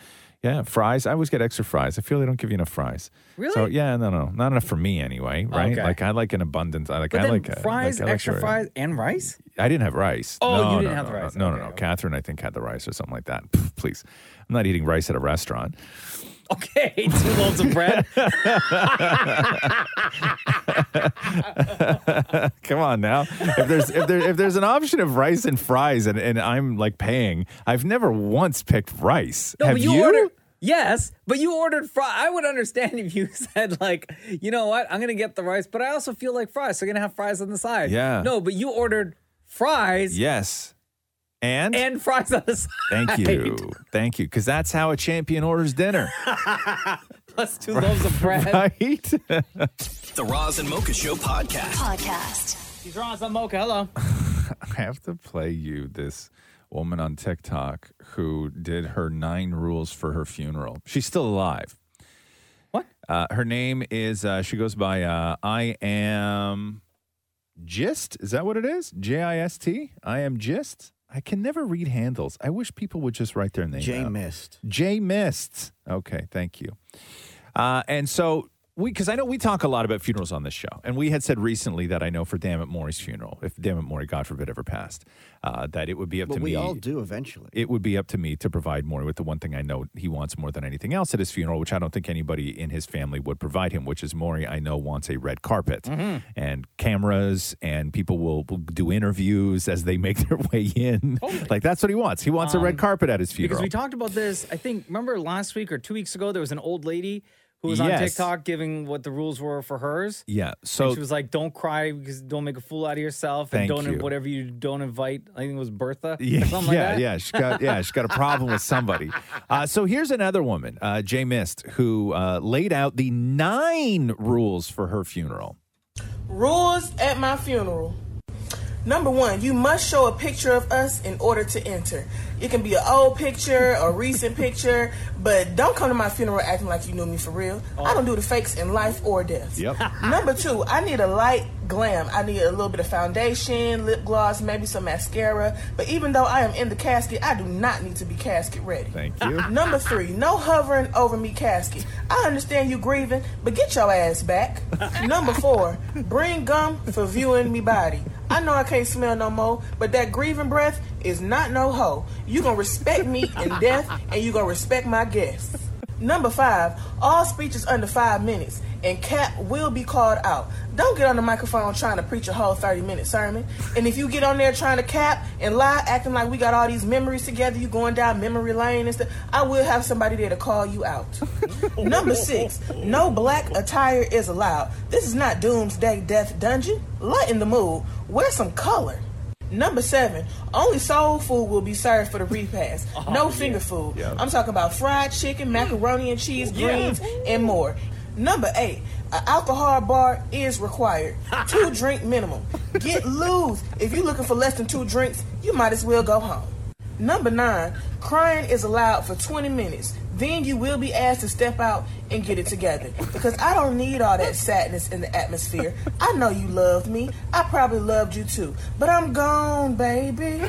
Yeah, fries. I always get extra fries. I feel they don't give you enough fries. Really? Oh, So yeah, no, no, not enough for me anyway. Right? Okay. Like I like an abundance. I like. But I then like uh, fries, like, I like extra a- fries, and rice? I didn't have rice. Oh, you No, didn't no, have no, the rice. No, no, no. Catherine, I think had the rice or something like that. Pff, Please, I'm not eating rice at a restaurant. Okay, two loaves of bread. Come on now. If there's if there if there's an option of rice and fries and, and I'm like paying, I've never once picked rice. No, Have but you, ordered. Yes, but you ordered fries. I would understand if you said like, you know what, I'm gonna get the rice, but I also feel like fries, so I'm gonna have fries on the side. Yeah. No, but you ordered fries Yes. And and fries on the side. thank you. Thank you. Because that's how a champion orders dinner. Plus two loaves of bread. right? The Roz and Mocha Show podcast. Podcast. He's Ron Mocha. Hello. I have to play you this woman on TikTok who did her nine rules for her funeral. She's still alive. What? Uh, her name is, uh, she goes by uh, I am Gist. Is that what it is? J I S T? I am Gist. I can never read handles. I wish people would just write their name. J out. Mist. J Mist. Okay, thank you. Uh, and so we, because I know we talk a lot about funerals on this show, and we had said recently that I know for Dammit Maury's funeral, if Dammit Maury, God forbid, ever passed, uh, that it would be up But to we me. all do eventually. it would be up to me to provide Maury with the one thing I know he wants more than anything else at his funeral, which I don't think anybody in his family would provide him, which is Maury, I know, wants a red carpet Mm-hmm. Mm-hmm. Mhm. and cameras, and people will, will do interviews as they make their way in. Like, that's what he wants. He wants a red Um, carpet at his funeral. Because we talked about this, I think, remember last week or two weeks ago, there was an old lady who was on Yes. TikTok giving what the rules were for hers. Yeah. and So she was like, "Don't cry because don't make a fool out of yourself, and Thank don't you. whatever you don't invite." I think it was Bertha. yeah, or something yeah, like that. yeah. She got yeah, she got a problem with somebody. Uh, so here's another woman, uh, Jay Mist, who uh, laid out the nine rules for her funeral. Rules at my funeral. Number one, you must show a picture of us in order to enter. It can be an old picture, a recent picture, but don't come to my funeral acting like you knew me for real. I don't do the fakes in life or death. Yep. Number two, I need a light glam. I need a little bit of foundation, lip gloss, maybe some mascara. But even though I am in the casket, I do not need to be casket ready. Thank you. Number three, no hovering over me casket. I understand you grieving, but get your ass back. Number four, bring gum for viewing me body. I know I can't smell no more, but that grieving breath is not no hoe. You gonna respect me in death, and you gonna respect my guests. Number five, all speeches under five minutes, and cap will be called out. Don't get on the microphone trying to preach a whole 30 minute sermon. And if you get on there trying to cap and lie, acting like we got all these memories together, you going down memory lane and stuff, I will have somebody there to call you out. Number six, no black attire is allowed. This is not Doomsday Death Dungeon. Lighten the mood, wear some color. Number seven, only soul food will be served for the repast. no finger food. I'm talking about fried chicken, macaroni and cheese, greens, and more. Number eight, an alcohol bar is required. two drink minimum. Get loose. If you're looking for less than two drinks, you might as well go home. Number nine, crying is allowed for 20 minutes. Then you will be asked to step out and get it together. Because I don't need all that sadness in the atmosphere. I know you loved me. I probably loved you too. But I'm gone, baby.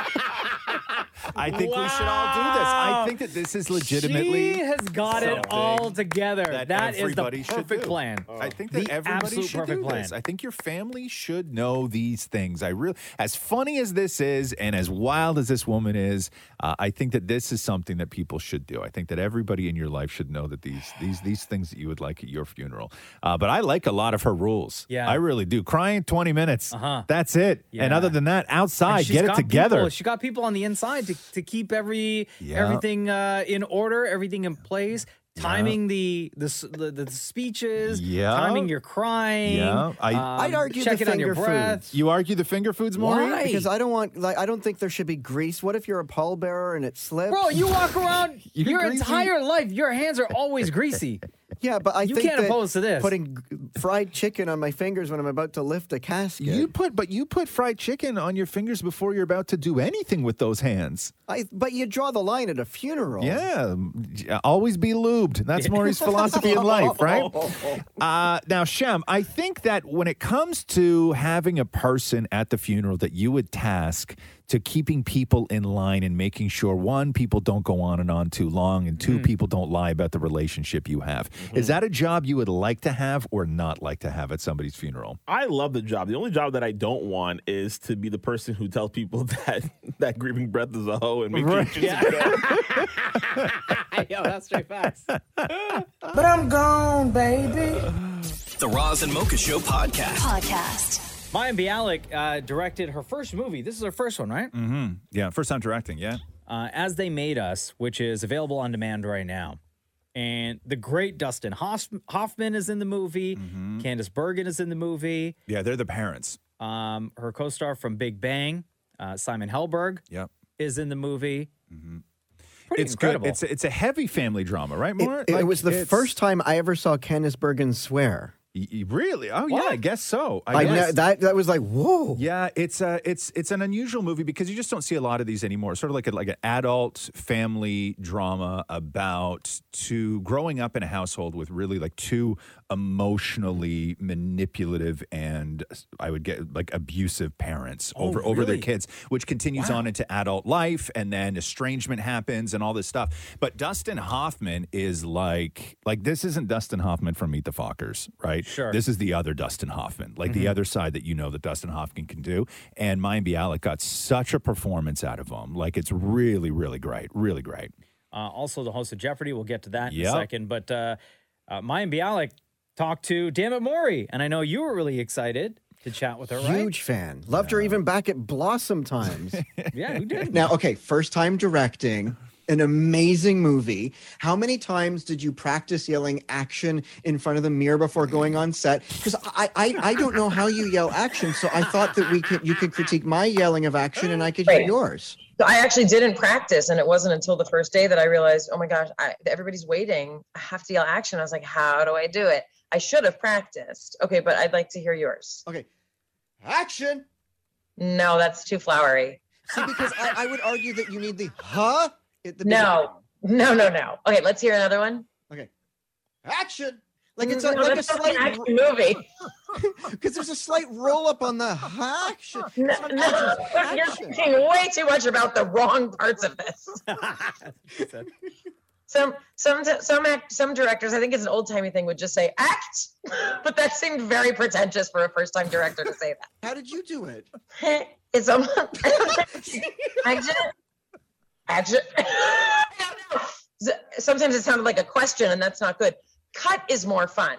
I think we should all do this. I think that this is legitimately. She has got it something all together. that that is the everybody should perfect do. plan. I think that the everybody absolute should perfect do plan. this. I think your family should know these things. I really, as funny as this is, and as wild as this woman is, uh, I think that this is something that people should do. I think that everybody in your life should know that these these these things that you would like at your funeral. Uh, but I like a lot of her rules. Yeah. I really do. Crying twenty minutes. Uh-huh. That's it. And Yeah. other than that, And outside, she's get it got together. people- she got people on the inside to, to keep every Yeah. everything uh, in order, everything in place. Timing the the, s- the the speeches, Yeah. timing your crying. Yeah, I, um, checking on your breath. You argue the finger foods, Maureen? Because I don't want, like, I don't think there should be grease. What if you're a pallbearer and it slips? Bro, you walk around You your greasy- entire life, your hands are always greasy. Yeah, but I You think can't that oppose to this. Putting g- fried chicken on my fingers when I'm about to lift a casket. You put, but you put fried chicken on your fingers before you're about to do anything with those hands. I, but you draw the line at a funeral. Yeah, um, always be lubed. That's Maury's philosophy in life, right? Uh, now, Shem, I think that when it comes to having a person at the funeral that you would task to keeping people in line and making sure one, people don't go on and on too long, and two, people don't lie about the relationship you have. Is that a job you would like to have or not like to have at somebody's funeral? I love the job. The only job that I don't want is to be the person who tells people that that grieving breath is a hoe and make Right. sure yeah. Yo, that's straight facts. But I'm gone, baby. The Roz and Mocha Show podcast. Podcast. Maya Bialik uh, directed her first movie. This is her first one, right? Mm-hmm. Yeah, first time directing. Yeah. uh, As They Made Us, which is available on demand right now. And the great Dustin Hoff- Hoffman is in the movie. Candace Bergen is in the movie. Mm-hmm. Yeah, they're the parents. Um, her co star from Big Bang, uh, Simon Helberg, Yep. is in the movie. Pretty it's incredible. good. It's it's a heavy family drama, right? More. It, it was the first time I ever saw Candice Bergen swear. Really? Oh yeah, I guess so. I, know guess. that that was like whoa. Yeah, it's a it's it's an unusual movie because you just don't see a lot of these anymore. Sort of like a, like an adult family drama about two growing up in a household with really like two emotionally manipulative and I would get like abusive parents Oh, over over their really? kids, which continues on into adult life, and then estrangement happens and all this stuff. But Dustin Hoffman is like like this isn't Dustin Hoffman from Meet the Fockers, right? Sure. This is the other Dustin Hoffman, like the Mhm. other side that you know that Dustin Hoffman can do. And Mayim Bialik got such a performance out of him. Like it's really, really great, really great. uh, also the host of Jeopardy. We'll get to that in Yep. a second. But uh, uh, Mayim Bialik talked to Dammit Mori, and I know you were really excited to chat with her, right? Huge fan. Loved her even back at Blossom Times. Yeah, who did? now, okay, first time directing, an amazing movie. How many times did you practice yelling action in front of the mirror before going on set? Because I, I I don't know how you yell action, so I thought that we could you could critique my yelling of action and I could hear Right. yours. So I actually didn't practice, and it wasn't until the first day that I realized, oh my gosh, I, everybody's waiting. I have to yell action. I was like, how do I do it? I should have practiced. Okay, but I'd like to hear yours. Okay, action. No, that's too flowery. See, because I, I would argue that you need the huh at the No, no, no, no. Okay, let's hear another one. Okay. action. Like it's a, Mm, No, like a that's not an slight action movie. Because there's a slight roll up on the huh action. No, It's not no, action, you're it's action. thinking way too much about the wrong parts of this. some some some act, some directors, I think it's an old timey thing, would just say act, but that seemed very pretentious for a first time director to say that. How did you do it? it's almost action. Action. I don't know. S- Sometimes it sounded like a question, and that's not good. Cut is more fun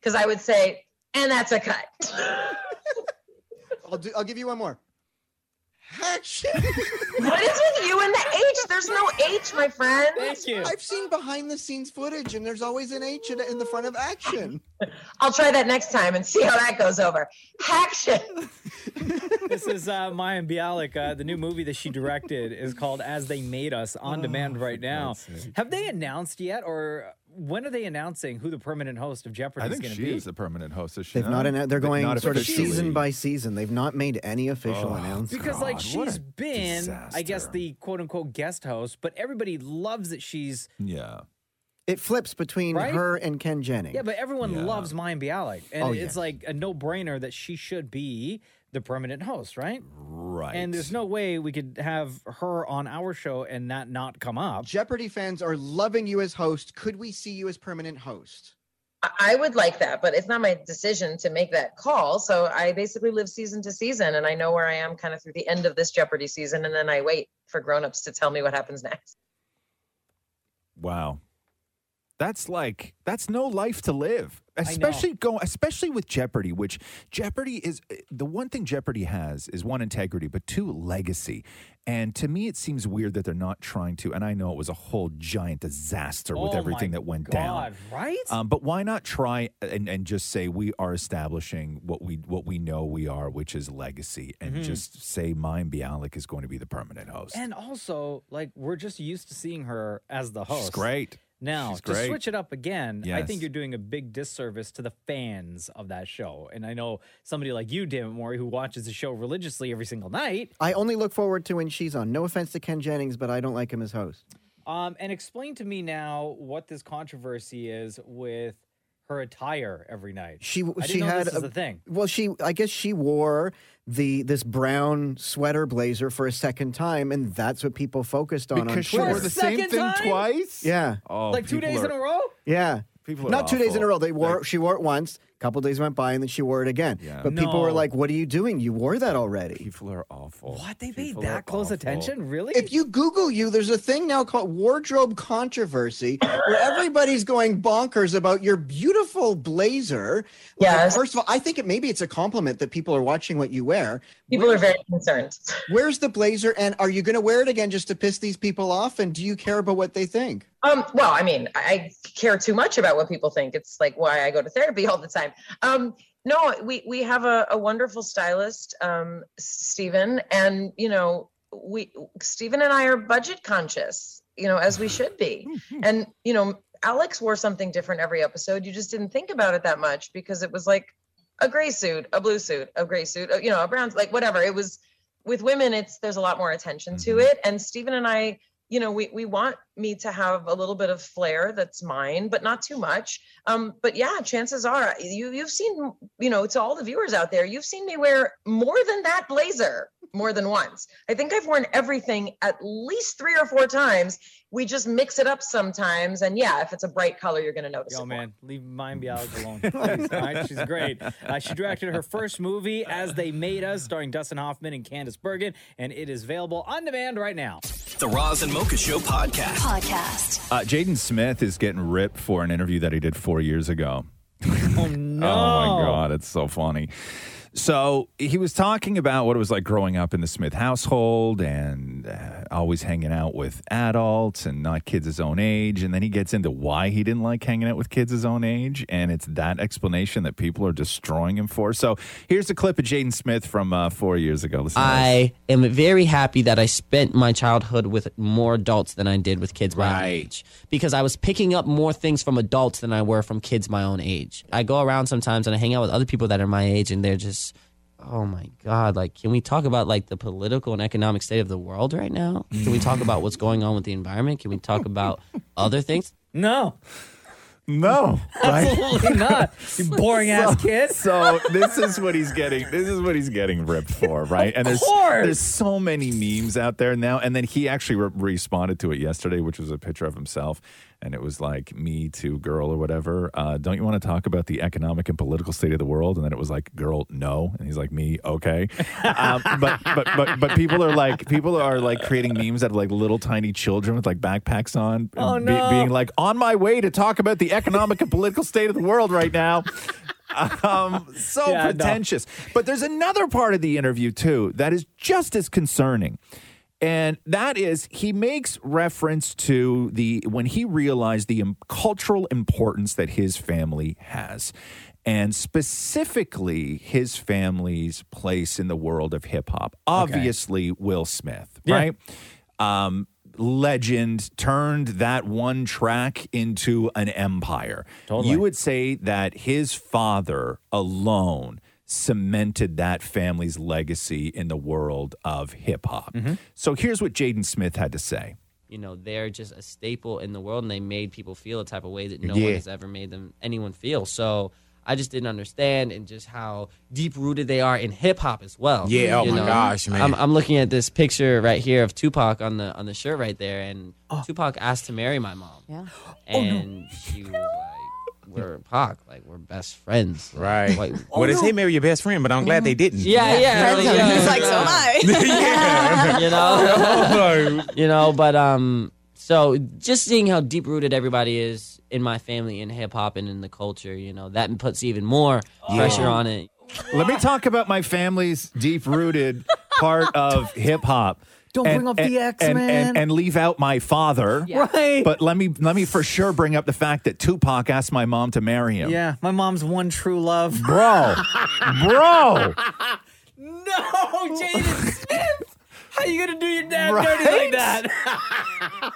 because I would say, and that's a cut. I'll do. I'll give you one more. heck shit. What is with you and the H? There's no H, my friend. I've seen behind the scenes footage, and there's always an H in, in the front of action. I'll try that next time and see how that goes over. Action. this is uh, Maya Bialik. Uh, the new movie that she directed is called As They Made Us on Oh, demand right now. Have they announced yet, or when are they announcing who the permanent host of Jeopardy I is think going to she be? is the permanent host. Is she They've not announced. They're But going not sort of officially. season by season. They've not made any official announcement. because like God, what she's a been, I guess the quote unquote guest host, but everybody loves that she's yeah. It flips between Right? her and Ken Jennings. Yeah, but everyone loves Mayim Bialik, and Oh, it's yes. like a no-brainer that she should be the permanent host, right? Right. And there's no way we could have her on our show and that not come up. Jeopardy fans are loving you as host. Could we see you as permanent host? I would like that, but it's not my decision to make that call. So I basically live season to season, and I know where I am kind of through the end of this Jeopardy season, and then I wait for grown-ups to tell me what happens next. Wow. That's like that's no life to live. Especially go especially with Jeopardy, which Jeopardy is the one thing Jeopardy has is one integrity, but two legacy. And to me it seems weird that they're not trying to and I know it was a whole giant disaster with Oh everything my that went God, down. right? Um, but why not try and, and just say we are establishing what we what we know we are, which is legacy, and Mhm. just say Mime Bialik is going to be the permanent host. And also, like we're just used to seeing her as the host. She's great. Now, She's to great. switch it up again, I Yes. think you're doing a big disservice to the fans of that show. And I know somebody like you, David Mori, who watches the show religiously every single night. I only look forward to when she's on. No offense to Ken Jennings, but I don't like him as host. Um, and explain to me now what this controversy is with her attire every night. She I didn't she know had this a is the thing. Well, she I guess she wore the this brown sweater blazer for a second time, and that's what people focused on on Because she Twitter. wore the same Second thing time? twice? Yeah. Oh, like two days in a row. Yeah. People are Not two days in a awful. row. They wore she wore it once. couple days went by, and then she wore it again. But people were No. like, "What are you doing? You wore that already." People are awful. What they paid that close attention? Really? If you Google you, there's a thing now called wardrobe controversy where everybody's going bonkers about your beautiful blazer. Like, Yes. first of all, I think it maybe it's a compliment that people are watching what you wear. People are very concerned. Where's the blazer? And are you going to wear it again just to piss these people off? And do you care about what they think? Um, well, I mean, I I care too much about what people think. It's like why I go to therapy all the time. Um, no, we we have a, a wonderful stylist, um, Stephen, and you know, we Stephen and I are budget conscious, you know, as we should be. and you know, Alex wore something different every episode. You just didn't think about it that much because it was like a gray suit, a blue suit, a gray suit, a- you know, a brown, like whatever. It was with women, it's there's a lot more attention to it. And Stephen and I, you know, we we want me to have a little bit of flair that's mine, but not too much. Um, but yeah, chances are you you've seen, you know, to all the viewers out there, you've seen me wear more than that blazer more than once. I think I've worn everything at least three or four times. We just mix it up sometimes, and yeah, if it's a bright color, you're gonna notice. Yo, it. Oh, man, leave Mime Bialik alone. please, all right? She's great. Uh, she directed her first movie, As They Made Us, starring Dustin Hoffman and Candace Bergen, and it is available on demand right now. The Roz and Mocha Show podcast. Podcast. Uh, Jaden Smith is getting ripped for an interview that he did four years ago. Oh no! Oh my god, it's so funny. So he was talking about what it was like growing up in the Smith household and uh, always hanging out with adults and not kids his own age. And then he gets into why he didn't like hanging out with kids his own age. And it's that explanation that people are destroying him for. So here's a clip of Jaden Smith from uh, four years ago. Listen to this. I am very happy that I spent my childhood with more adults than I did with kids my own age because I was picking up more things from adults than I were from kids my own age. I go around sometimes and I hang out with other people that are my age and they're just oh my god, like can we talk about like the political and economic state of the world right now? Can we talk about what's going on with the environment? Can we talk about other things? No. No. Absolutely not. You boring ass kid. So this is what he's getting. This is what he's getting ripped for, right? And Of there's course. there's so many memes out there now. And then he actually re- responded to it yesterday, which was a picture of himself, and it was like me too, girl, or whatever. Uh, don't you want to talk about the economic and political state of the world? And then it was like, girl, no. And he's like, me, okay. Um, but but but but people are like people are like creating memes out of like little tiny children with like backpacks on, Oh, be- no. being like on my way to talk about the economic and political state of the world right now. um, so Yeah, no. pretentious. But there's another part of the interview, too, that is just as concerning. And that is, he makes reference to the when he realized the im- cultural importance that his family has, and specifically his family's place in the world of hip hop. Obviously, Will Smith, Yeah. right? um, legend turned that one track into an empire. You would say that his father alone cemented that family's legacy in the world of hip hop. So here's what Jaden Smith had to say. you know they're just a staple in the world and they made people feel a type of way that no Yeah. one has ever made them anyone feel so i just didn't understand and just how deep rooted they are in hip hop as well Yeah, oh You my know? gosh, man. I'm, I'm looking at this picture right here of tupac on the on the shirt right there and Oh. tupac asked to marry my mom yeah and she was like we're Pac, like we're best friends right Like, well they Oh, no. say marry your best friend but i'm glad they didn't yeah, yeah. like, yeah, yeah. yeah. you Oh, know, you know. But um, so just seeing how deep rooted everybody is in my family, in hip hop, and in the culture, you know, that puts even more Yeah. pressure on it. Let me talk about my family's deep rooted part of hip hop. Don't bring up the and, X-Men. and, and leave out my father. Yeah. Right. But let me let me for sure bring up the fact that Tupac asked my mom to marry him. Yeah, my mom's one true love. Bro. Bro. No, Jaden Smith. How you gonna do your dad dirty Right? like that?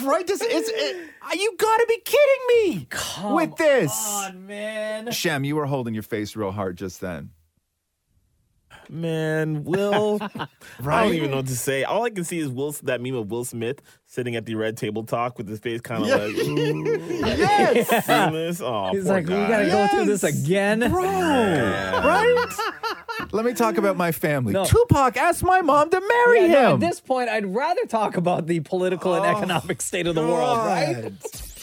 right? This it's it, uh, you gotta be kidding me with this. man. Shem, you were holding your face real hard just then. Man, Will. I Right? don't even know what to say. All I can see is Will that meme of Will Smith sitting at the red table talk with his face kind of Yeah. like. Ooh. Yes. Seeing this? Oh, He's poor like, we guy. gotta go through this again. Bro. Right? Let me talk about my family. Tupac asked my mom to marry Oh. Yeah, no, him. Oh. at this point, I'd rather talk about the political and economic state of the world, right?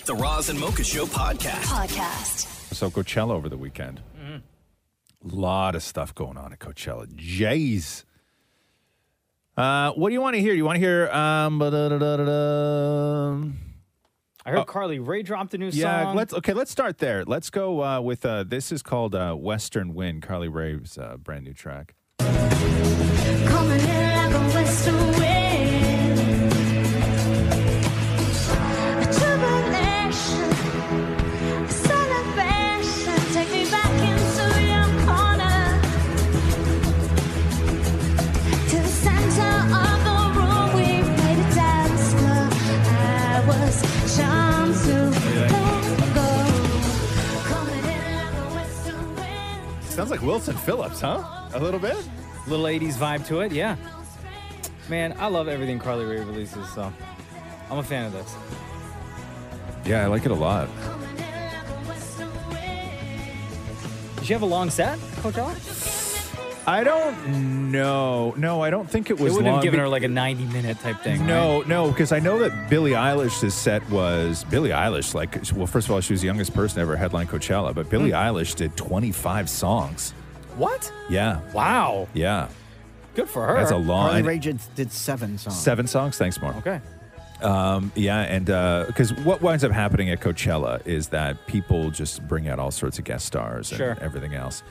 The Roz and Mocha Show podcast. Podcast. So Coachella over the weekend. Mm. lot of stuff going on at Coachella. Jays. Uh, what do you want to hear? You want to hear? Um, ba-da-da-da-da-da. I heard Oh. Carly Ray dropped a new yeah, song. let's okay. Let's start there. Let's go uh, with uh, this is called uh, Western Wind. Carly Rae's uh, brand new track. Coming in like a western wind. A tribulation, a celebration. Take me back into your corner. To the center of the room, we played a dance club. I was charmed to let go. Coming in like a western Sounds like Wilson Phillips, huh? A little bit. Little 80s vibe to it, yeah. Man, I love everything Carly Ray releases, so I'm a fan of this. Yeah, I like it a lot. Did you have a long set, Coachella? I don't know. No, I don't think it They was. wouldn't long have given be- her like a 90 minute type thing. No, no, because I know that Billie Eilish's set was Billie Eilish. Like, well, first of all, she was the youngest person to ever headline Coachella, but Billie Eilish did 25 songs. What? Yeah. Wow. Yeah. Good for That's a long. Carly Rae did, did seven songs. Seven songs. Thanks, Mark. Okay. Um, yeah, and because what winds up happening at Coachella is that people just bring out all sorts of guest stars and Sure. everything else.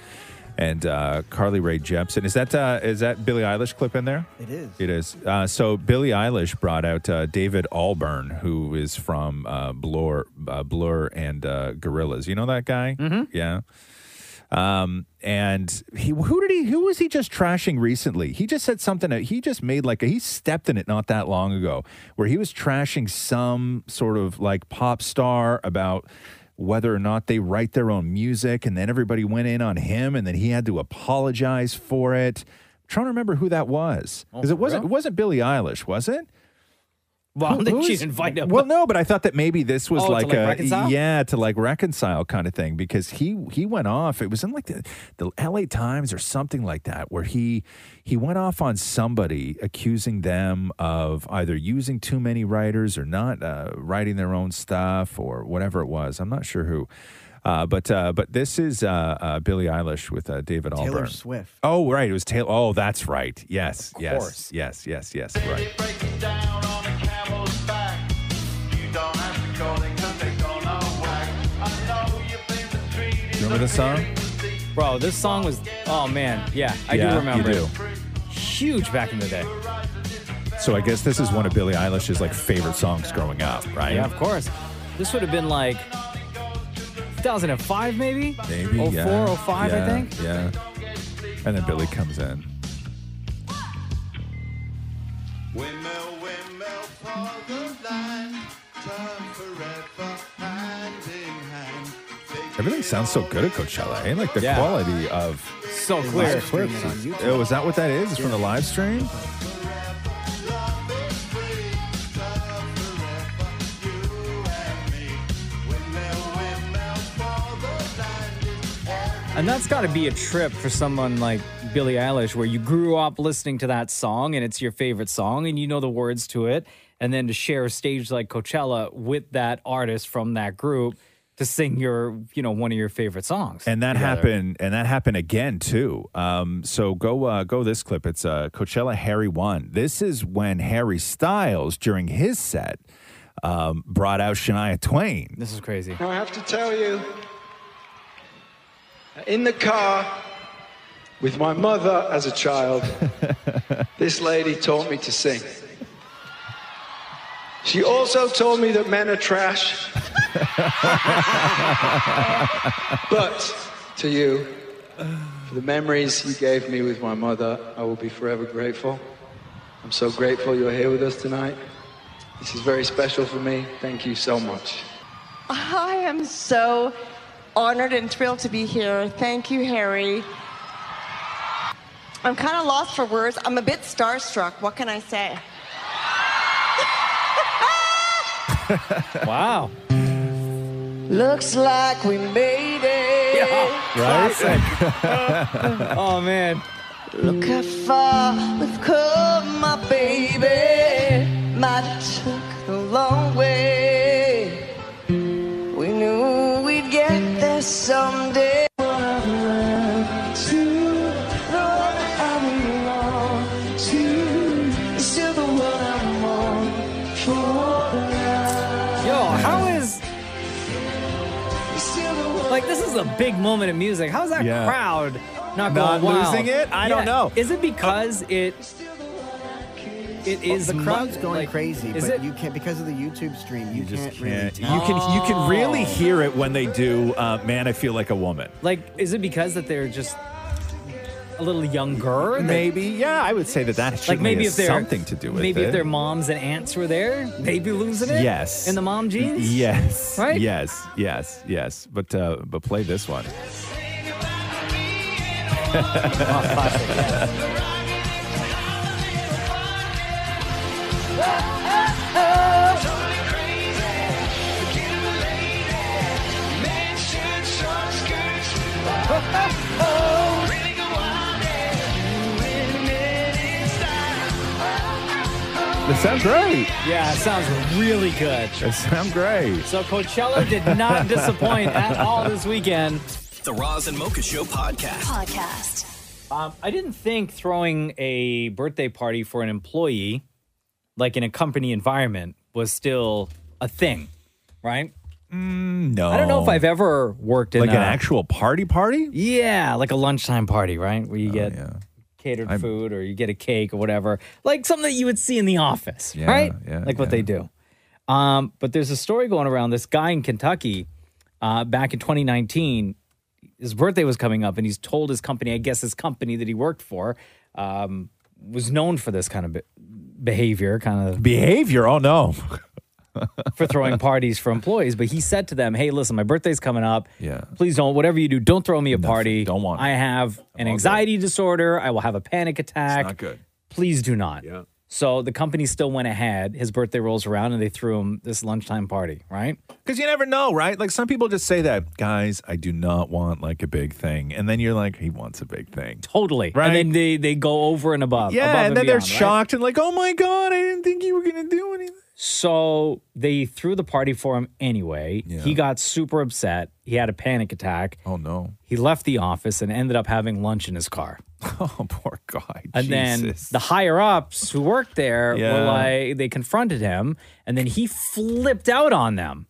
And uh, Carly Rae Jepsen is that uh, is that Billie Eilish clip in there? It is. It is. Uh, so Billie Eilish brought out uh, David Alburn, who is from uh, Blur, uh, Blur and uh, Gorillas. You know that guy? Mhm. Mm-hmm. Yeah. Um, and he, who did he, who was he just trashing recently? He just said something that he just made like, he stepped in it not that long ago where he was trashing some sort of like pop star about whether or not they write their own music. And then everybody went in on him and then he had to apologize for it. I'm trying to remember who that was. Cause it wasn't, it wasn't Billie Eilish, was it? Well, Who- then who's- she didn't invite him. Well, no, but I thought that maybe this was Oh, to, like, like, a reconcile? yeah to like reconcile kind of thing because he he went off. It was in like the, the L.A. Times or something like that where he he went off on somebody accusing them of either using too many writers or not uh, writing their own stuff or whatever it was. I'm not sure who. Uh, but uh, but this is uh, uh, Billie Eilish with uh, David Taylor Albarn. Swift. Oh right, it was Taylor. Oh, that's right. Yes, Of yes, course. yes, yes, yes. Right. You Remember the song? Bro, this song was. Oh man, yeah, I Yeah, do you remember. do. It. Huge back in the day. So I guess this is one of Billie Eilish's like favorite songs growing up, right? Yeah, of course. This would have been like 2005, maybe. Maybe. 04, yeah. 05, I Yeah, think. Yeah. And then Billy comes in. Everything sounds so good at Coachella, eh? Like the Yeah. quality of So clear. Clips is- oh, is that what that is? It's from the live stream? And that's got to be a trip for someone like Billie Eilish, where you grew up listening to that song and it's your favorite song and you know the words to it. And then to share a stage like Coachella with that artist from that group to sing your, you know, one of your favorite songs. And that together. happened, and that happened again too. Um, so go, uh, go this clip. It's uh, Coachella Harry one. This is when Harry Styles during his set um, brought out Shania Twain. This is crazy. Now, I have to tell you, in the car with my mother as a child, this lady taught me to sing. She also told me that men are trash. but to you, for the memories you gave me with my mother, I will be forever grateful. I'm so grateful you're here with us tonight. This is very special for me. Thank you so much. I am so honored and thrilled to be here. Thank you, Harry. I'm kind of lost for words. I'm a bit starstruck. What can I say? wow. Looks like we made it. oh, man. Look how far we've come, my baby. Might have took the long way. We knew we'd get there someday. Yo, how is. Like, this is a big moment in music. How's that Yeah. crowd not, Not going wild? losing it? I don't know. Is it because it. It is the mu- crowd's going like, crazy, is but it- you can't because of the YouTube stream. You, can't, really. Yeah, you can you can really hear it when they do. Uh, Man, I feel like a woman. Like, is it because that they're just a little younger? Maybe, yeah, I would say that that like certainly maybe has if they're something to do with maybe it. if their moms and aunts were there, maybe losing it. Yes. in the mom jeans. Yes. right. Yes. Yes. Yes. But uh, but play this one. It sounds great. Yeah, it sounds really good. It sounds great. So Coachella did not disappoint at all this weekend. The Roz and Mocha Show podcast. Podcast. Um, I didn't think throwing a birthday party for an employee, like in a company environment, was still a thing, right? No. I don't know if I've ever worked in like an a- actual party party. Yeah, like a lunchtime party, right? Oh, Where you get catered food or you get a cake or whatever, like something that you would see in the office, Yeah, right? yeah, like what they do. Um, but there's a story going around. This guy in Kentucky, uh, back in 2019, his birthday was coming up, and he's told his company, I guess his company that he worked for, um, was known for this kind of be- behavior, kind of Behavior. Oh no. for throwing parties for employees. But he said to them, "Hey, listen, my birthday's coming up. Yeah. Please don't. Whatever you do, don't throw me a party. Don't want. I have an anxiety disorder. I will have a panic attack. not good. Please do not. Yeah. So the company still went ahead. His birthday rolls around, and they threw him this lunchtime party. Right? Because you never know, right? Like some people just say that, guys, I do not want like a big thing, and then you're like, he wants a big thing. Totally. Right. And then they they go over and above. yeah, um, above and, then beyond, they're right? shocked and like, oh my god, I didn't think you were gonna do anything. So they threw the party for him anyway. He got super upset. He had a panic attack. Oh no. He left the office and ended up having lunch in his car. Oh poor guy. And then Jesus. the higher ups who worked there were Yeah. like they confronted him and then he flipped out on them.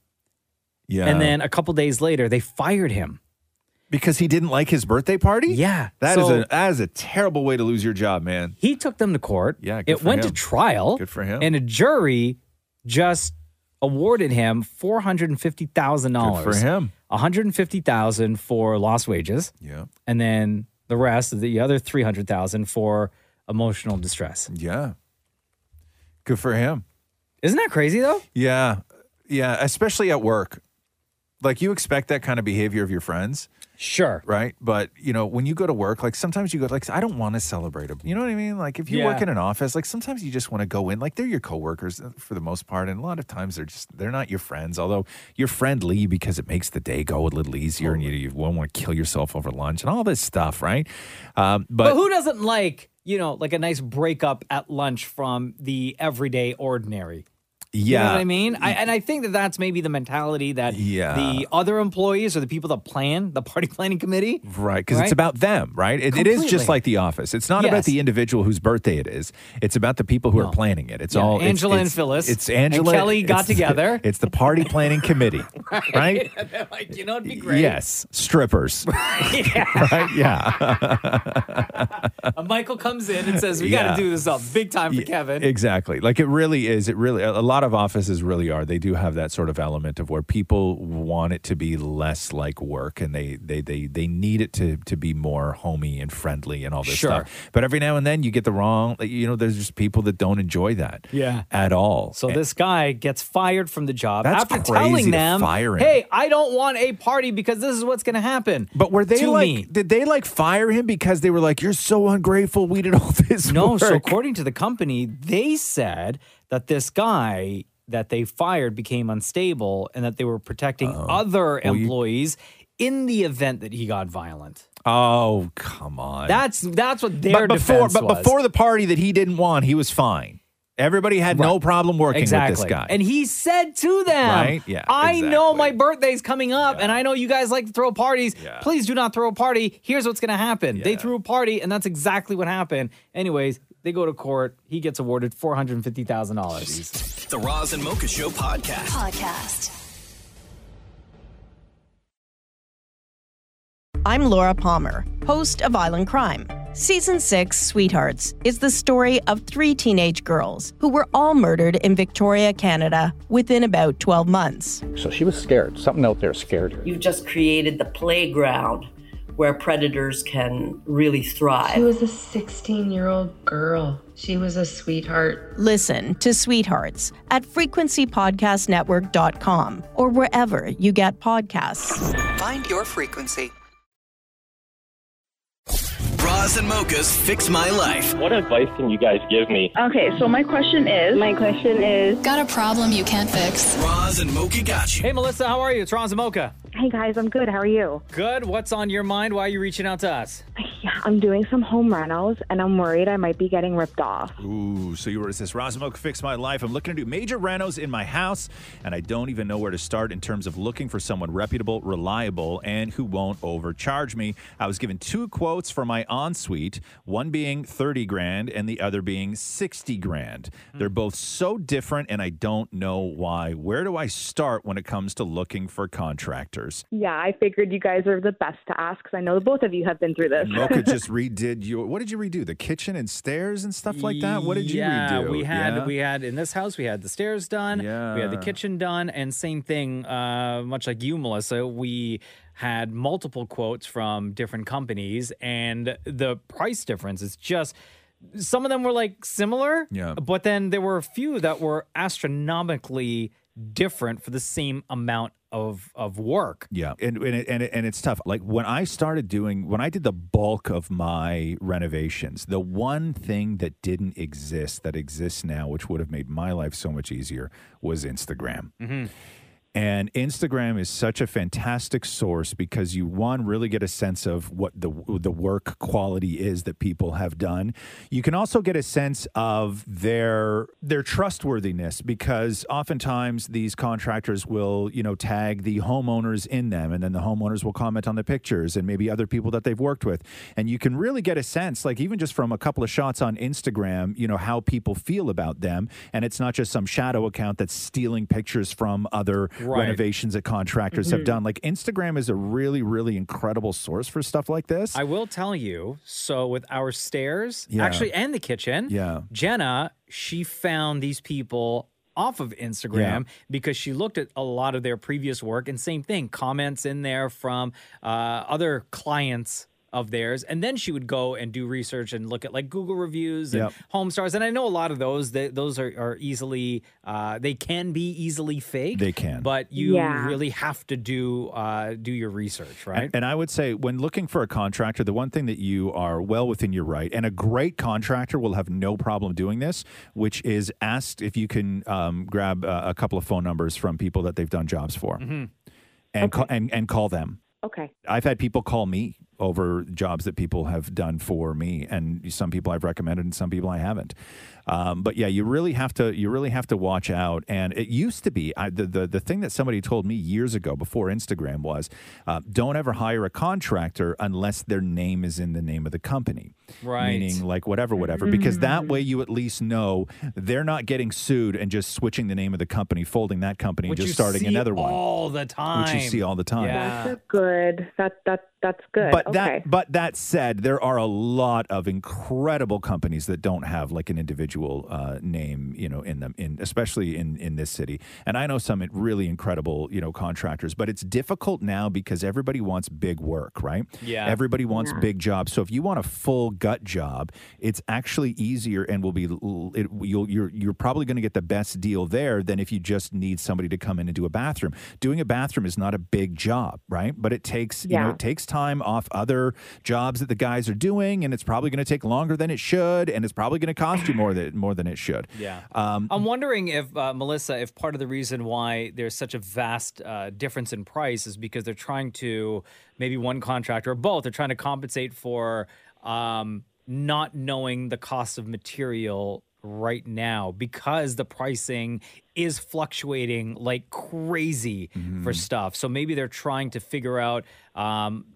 Yeah. And then a couple days later they fired him. Because he didn't like his birthday party? Yeah. that is So- a that is a terrible way to lose your job, man. He took them to court. Yeah, good it for went him. to trial. Good for him. And a jury just awarded him four hundred and fifty thousand dollars Good for him. One hundred and fifty thousand for lost wages. Yeah. and then the rest, the other three hundred thousand for emotional distress. Yeah, Good for him. Isn't that crazy though? Yeah. Yeah. Especially at work. Like you expect that kind of behavior of your friends. Sure. Right. But, you know, when you go to work, like sometimes you go, like, I don't want to celebrate them. You know what I mean? Like if you work Yeah. in an office, like sometimes you just want to go in, like they're your coworkers uh, for the most part. And a lot of times they're just, they're not your friends, although you're friendly because it makes the day go a little easier and you, you won't want to kill yourself over lunch and all this stuff. Right. Um, But, but, who doesn't like you know like a nice breakup at lunch from the everyday ordinary? You know Yeah. what I mean? I, and I think that that's maybe the mentality that Yeah. the other employees or the people that plan, the party planning committee. Right, because it's Right? about them, right? It, it is Completely. just like The Office. It's not about Yes. the individual whose birthday it is. It's about the people who are planning it. It's Yeah, all it's- Angela and it's- Phyllis It's and Angela Kelly got it's the- together. it's the party planning committee, right? And they're like, you know, it'd be great. Yes, strippers. Yeah. right? Yeah. Uh, Michael comes in and says, "We got Yeah. to do this up big time for Kevin." Exactly. Like it really is. It really, a lot of offices really are. They do have that sort of element of where people want it to be less like work and they, they, they, they need it to, to be more homey and friendly and all this Sure. stuff. But every now and then you get the wrong, you know, there's just people that don't enjoy that Yeah. at all. So this guy gets fired from the job Eh That's after crazy telling to them, fire him. "Hey, I don't want a party because this is what's going to happen." But were they to like, me. did they like fire him because they were like, you're so ungrateful. We did all this No, work. so according to the company, they said that this guy that they fired became unstable and that they were protecting other employees in the event that he got violent. Oh, come on. That's that's what their but before, defense but was. before the party that he didn't want, he was fine. Everybody had no problem working with this Exactly. guy. And he said to them, Right? Yeah, I know my birthday's coming up and I know you guys like to throw parties. Please do not throw a party. Here's what's going to happen. They threw a party and that's exactly what happened. Anyways, they go to court. He gets awarded $450,000. The Roz and Mocha Show podcast. Podcast. I'm Laura Palmer, host of Island Crime. Season 6, Sweethearts, is the story of three teenage girls who were all murdered in Victoria, Canada within about 12 months. So she was scared. Something out there scared her. You've just created the playground where predators can really She thrive. was a 16 year old girl. She was a sweetheart. Listen to Sweethearts at frequencypodcastnetwork.com or wherever you get podcasts. Find your frequency. Roz and Mocha's Fix My Life. What advice can you guys give me? Okay, so my question is. My question is. Got a problem you can't fix? Roz and Mocha got you. Hey, Melissa, how are you? It's Ron Zamoka. Hey guys, I'm good. How are you? Good. What's on your mind? Why are you reaching out to us? Yeah, I'm doing some home rentals and I'm worried I might be getting ripped off. Ooh, so you were this Rosamoke fix my life. I'm looking to do major renos in my house, and I don't even know where to start in terms of looking for someone reputable, reliable, and who won't overcharge me. I was given two quotes for my ensuite, one being 30 grand and the other being 60 grand. Hmm. They're both so different, and I don't know why. Where do I start when it comes to looking for contractors? Yeah, I figured you guys are the best to ask because I know the both of you have been through this. Mocha just redid your. What did you redo? The kitchen and stairs and stuff like that. What did you yeah, redo? We had Yeah? we had in this house we had the stairs done. We had the Yeah. kitchen done, and same thing. Uh, much like you, Melissa, we had multiple quotes from different companies, and the price difference is just. Some of them were like similar, Yeah. but then there were a few that were astronomically different for the same amount of of work. Yeah, and and it, and, it, and it's tough. Like when I started doing, when I did the bulk of my renovations, the one thing that didn't exist that exists now, which would have made my life so much easier, was Instagram. Mm-hmm. And Instagram is such a fantastic source because you one really get a sense of what the the work quality is that people have done. You can also get a sense of their their trustworthiness because oftentimes these contractors will, you know, tag the homeowners in them and then the homeowners will comment on the pictures and maybe other people that they've worked with. And you can really get a sense like even just from a couple of shots on Instagram, you know, how people feel about them and it's not just some shadow account that's stealing pictures from other Right. Renovations that contractors Mhm. have done. Like Instagram is a really, really incredible source for stuff like this. I will tell you. So with our stairs, Yeah. actually, and the kitchen, Yeah. Jenna, she found these people off of Instagram because she looked at a lot of their previous work and same thing, comments in there from uh, other clients of theirs and then she would go and do research and look at like google reviews and Yep. home stars and i know a lot of those that those are, are easily uh, they can be easily fake They can. but you Yeah. really have to do uh, do your research right And, and I would say, when looking for a contractor, the one thing that you are well within your right, and a great contractor will have no problem doing this, which is asked if you can um, grab uh, a couple of phone numbers from people that they've done jobs for, Mm-hmm. and, call, and and call them. Okay. I've had people call me over jobs that people have done for me, and some people I've recommended, and some people I haven't. Um, but yeah, you really have to you really have to watch out. And it used to be I, the, the the thing that somebody told me years ago before Instagram was, uh, don't ever hire a contractor unless their name is in the name of the company, Right. Meaning like whatever, whatever, because that way you at least know they're not getting sued and just switching the name of the company, folding that company, Which and you just starting see another one. all the time, Which you see all the time. Yeah. That's a good. That that that's good. But okay. that but that said, there are a lot of incredible companies that don't have like an individual uh, name, you know, in them, in especially in in this city. And I know some really incredible, you know, contractors, but it's difficult now because everybody wants big work, right? Yeah. Everybody wants Yeah. big jobs. So if you want a full gut job, it's actually easier and will be l- it, you'll you're you're probably going to get the best deal there than if you just need somebody to come in and do a bathroom. Doing a bathroom is not a big job, right? But it takes, you know, Yeah. it takes time off other jobs that the guys are doing and it's probably going to take longer than it should and it's probably going to cost you more than more than it should. Yeah. Um, I'm wondering if uh, Melissa, if part of the reason why there's such a vast uh, difference in price is because they're trying to maybe one contractor or both they're trying to compensate for um, not knowing the cost of material right now because the pricing is fluctuating like crazy for stuff. So maybe they're trying to figure out um,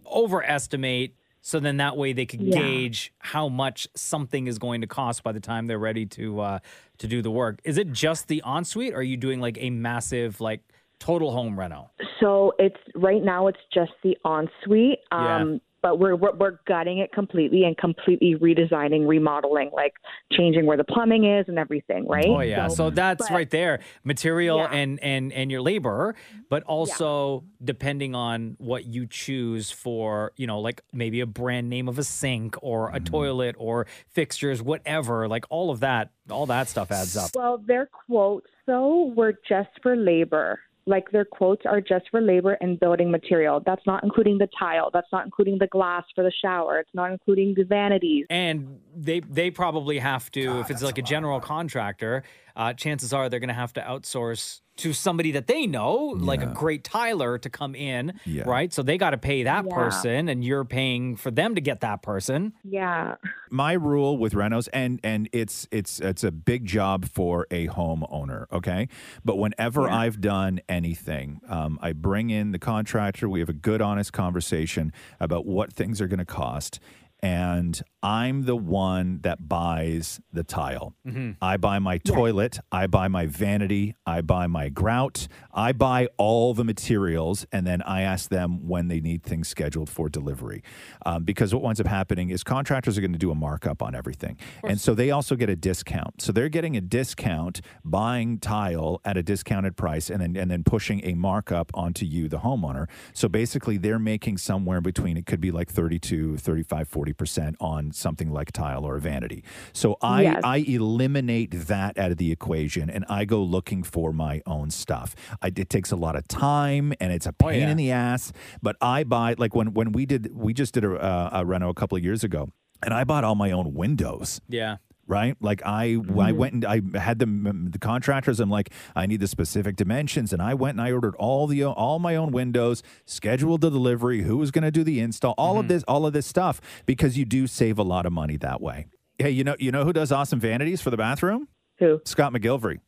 overestimate. So then that way they could Yeah. gauge gauge how much something is going to cost by the time they're ready to uh, to do the work. Is it just the ensuite, or are you doing like a massive like total home reno? So it's right now it's just the ensuite. Um Yeah. but we're, we're we're gutting it completely and completely redesigning, remodeling, like changing where the plumbing is and everything, right? Oh yeah, so, So- that's but- right there, material Yeah. Mm-hmm. and and and your labor, but also depending on what you choose for, you know, like maybe a brand name of a sink or a toilet or fixtures, whatever, like all of that, all that stuff adds up. Well, their quotes though were just for labor. Like their quotes are just for labor and building material. That's not including the tile. That's not including the glass for the shower. It's not including the vanities. And they they probably have to if it's like a general contractor. Uh, chances are they're going to have to outsource to somebody that they know, like a great Tyler, to come in, Yeah. right? So they got to pay that Yeah. person, and you're paying for them to get that person. Yeah. my rule with renos and and it's it's it's a big job for a homeowner okay but whenever i've done anything um, i bring in the contractor we have a good honest conversation about what things are going to cost and i'm the one that buys the tile Mhm. Mm-hmm. I buy my toilet, I buy my vanity, I buy my grout, I buy all the materials, and then I ask them when they need things scheduled for delivery. Um, because what winds up happening is contractors are going to do a markup on everything. And so they also get a discount. So they're getting a discount buying tile at a discounted price and then, and then pushing a markup onto you, the homeowner. So basically, they're making somewhere between, it could be like 32, 35, 40% on something like tile or a vanity. So I, Yes. I eliminate that out of the equation and I go looking for my own stuff. I, it takes a lot of time and it's a pain in the ass, but I buy like when when we did we just did a, uh, a reno a couple of years ago and I bought all my own windows Yeah. right? Like I, I went and I had them the contractors. I'm like, I need the specific dimensions, and I went and I ordered all the all my own windows, scheduled the delivery, who was going to do the install, all of this, all of this stuff, because you do save a lot of money that way. Hey, you know, you know who does awesome vanities for the bathroom? Who? Scott McGilvery.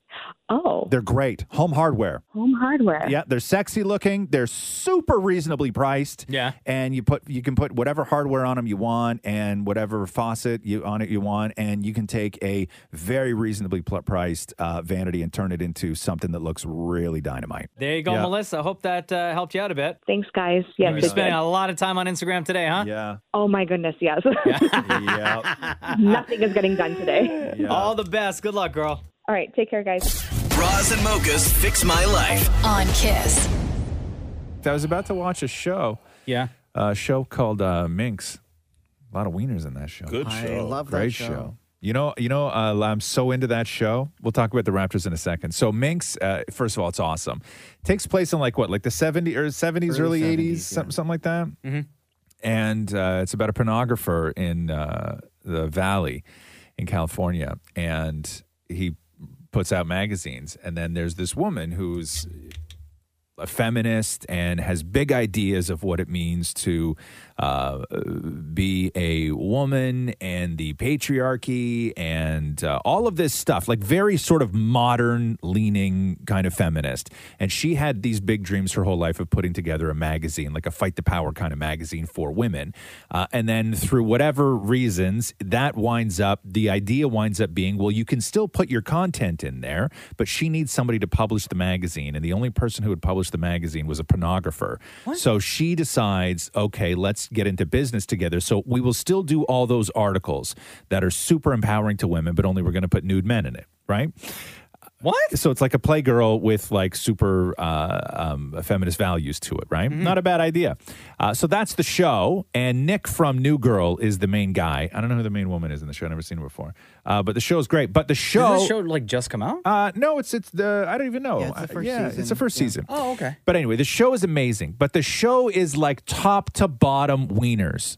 Oh, They're great. Home hardware. Home Hardware. Yeah, they're sexy looking. They're super reasonably priced. Yeah. and you put you can put whatever hardware on them you want, and whatever faucet you on it you want, and you can take a very reasonably pl- priced uh, vanity and turn it into something that looks really dynamite. There you go, Yeah. Melissa. Hope that uh, helped you out a bit. Thanks, guys. Yes, You're it spending did. a lot of time on Instagram today, huh? Yeah. Oh my goodness, yes. yeah. Nothing is getting done today. All the best. Good luck, girl. All right, take care, guys. Bras and mochas fix my life. On Kiss. I was about to watch a show. Yeah. A show called uh, Minx. A lot of wieners in that show. Good I show. love that Great show. You know, you know, uh, I'm so into that show. We'll talk about the Raptors in a second. So Minx, uh, first of all, it's awesome. takes place in like what, like the 70s or 70s, early, Early 80s, something, something like that. Mm-hmm. and uh, it's about a pornographer in uh, the valley in California, and he puts out magazines. And then there's this woman who's a feminist and has big ideas of what it means to uh, be a woman and the patriarchy and uh, all of this stuff, like very sort of modern leaning kind of feminist. And she had these big dreams her whole life of putting together a magazine, like a fight the power kind of magazine for women. Uh, and then through whatever reasons, that winds up, the idea winds up being, well, you can still put your content in there, but she needs somebody to publish the magazine. And the only person who would publish the magazine was a pornographer. So she decides, okay, let's get into business together. So we will still do all those articles that are super empowering to women, but only we're going to put nude men in it, right? What? So it's like a playgirl with like super uh, um, feminist values to it, right? Not a bad idea. Uh, so that's the show, and Nick from New Girl is the main guy. I don't know who the main woman is in the show. I've never seen her before, uh, but the show's great. But the show, Did this show like just come out? Uh, no, it's it's the I don't even know. Yeah, it's the first season. It's the first season. Oh, okay. But anyway, the show is amazing. But the show is like top to bottom wieners.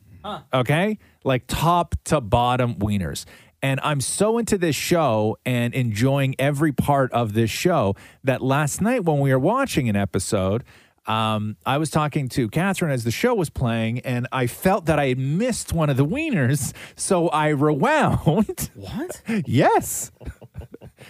Okay? Like top to bottom wieners. And I'm so into this show and enjoying every part of this show that last night when we were watching an episode, um, I was talking to Catherine as the show was playing, and I felt that I had missed one of the wieners. So I rewound. What? yes.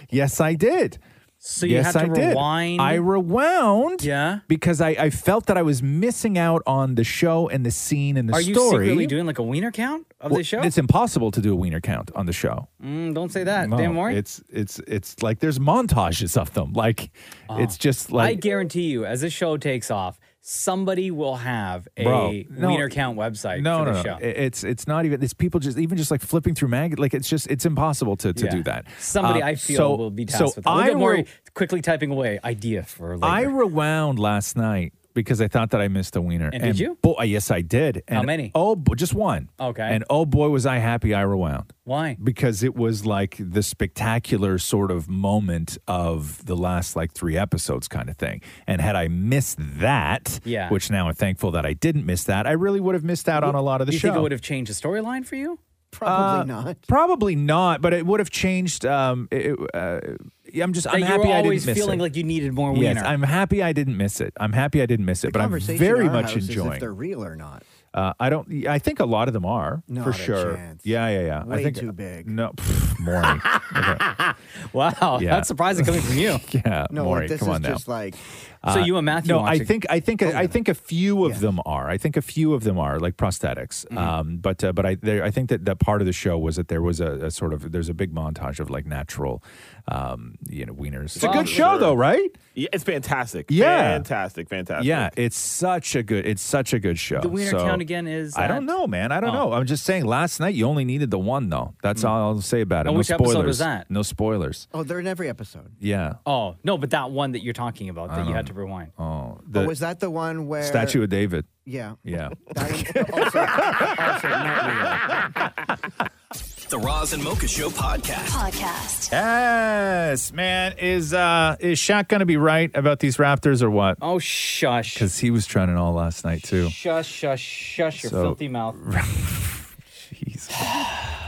yes, I did. So you yes, had to I did. rewind? I rewound. Yeah. Because I, I felt that I was missing out on the show and the scene and the Are you story. secretly doing like a wiener count of Well, the show? It's impossible to do a wiener count on the show. Mm, don't say that. No, Dan Mori? It's it's it's like there's montages of them. Like it's just Oh. I like guarantee you, as this show takes off, somebody will have a Bro, no. wiener count website no, for no, the no. show. It- It's it's not even. It's people just even just like flipping through mag. Like it's just it's impossible to to Yeah. do that. Somebody Um, I feel so- will be so tasked with that. Look I at Maury will- quickly typing away idea for later. I rewound last night because I thought that I missed a wiener. And did you? Boy, yes, I did. How And many? Oh, bo- just one. Okay. And oh boy, was I happy I rewound. Why? Because it was like the spectacular sort of moment of the last like three episodes kind of thing. And had I missed that, Yeah. which now I'm thankful that I didn't miss that, I really would have missed out on a lot of the Do you show. think it would have changed the storyline for you? Uh, Probably not, but it would have changed. Um, it, uh, I'm just. That I'm you happy were I always didn't miss feeling it. like you needed more Yes, wiener. I'm happy I didn't miss it. I'm happy I didn't miss it, but I'm Conversation very in our much house is if enjoying. they're real or not. Uh, I don't. I think a lot of them are Not for a sure. chance. Yeah, yeah, yeah. I Way think too big. No, pff, Maury. Wow, Yeah. that's surprising coming from you. yeah, No, Maury, like, this come is on now. Uh, just like. Oh, So you and Matthew No, watch I it- think I think I think a few of them are. I think a few of them are like prosthetics. Mm-hmm. Um, but uh, but I there, I think that that part of the show was that there was a, a sort of there's a big montage of like natural, um, you know, wieners. It's a good show though, right? Yeah, it's fantastic. Yeah. fantastic, fantastic. Yeah, it's such a good it's such a good show. The wiener So- count again is. Oh. I don't that- know, man. I don't know. I'm just saying. Last night you only needed the one though. That's all I'll say about it. Oh, no which episode spoilers. was that? No spoilers. Oh, they're in every episode. Yeah. Oh no, but that one that you're talking about that you had to rewind. Oh, But was that the one where. Statue of David. Yeah. Yeah. The Roz and Mocha Show podcast. Podcast. Yes, man. Is uh is Shaq gonna be right about these Raptors or what? Oh shush. Because he was trying it all last night too. Shush, shush, shush your So- filthy mouth.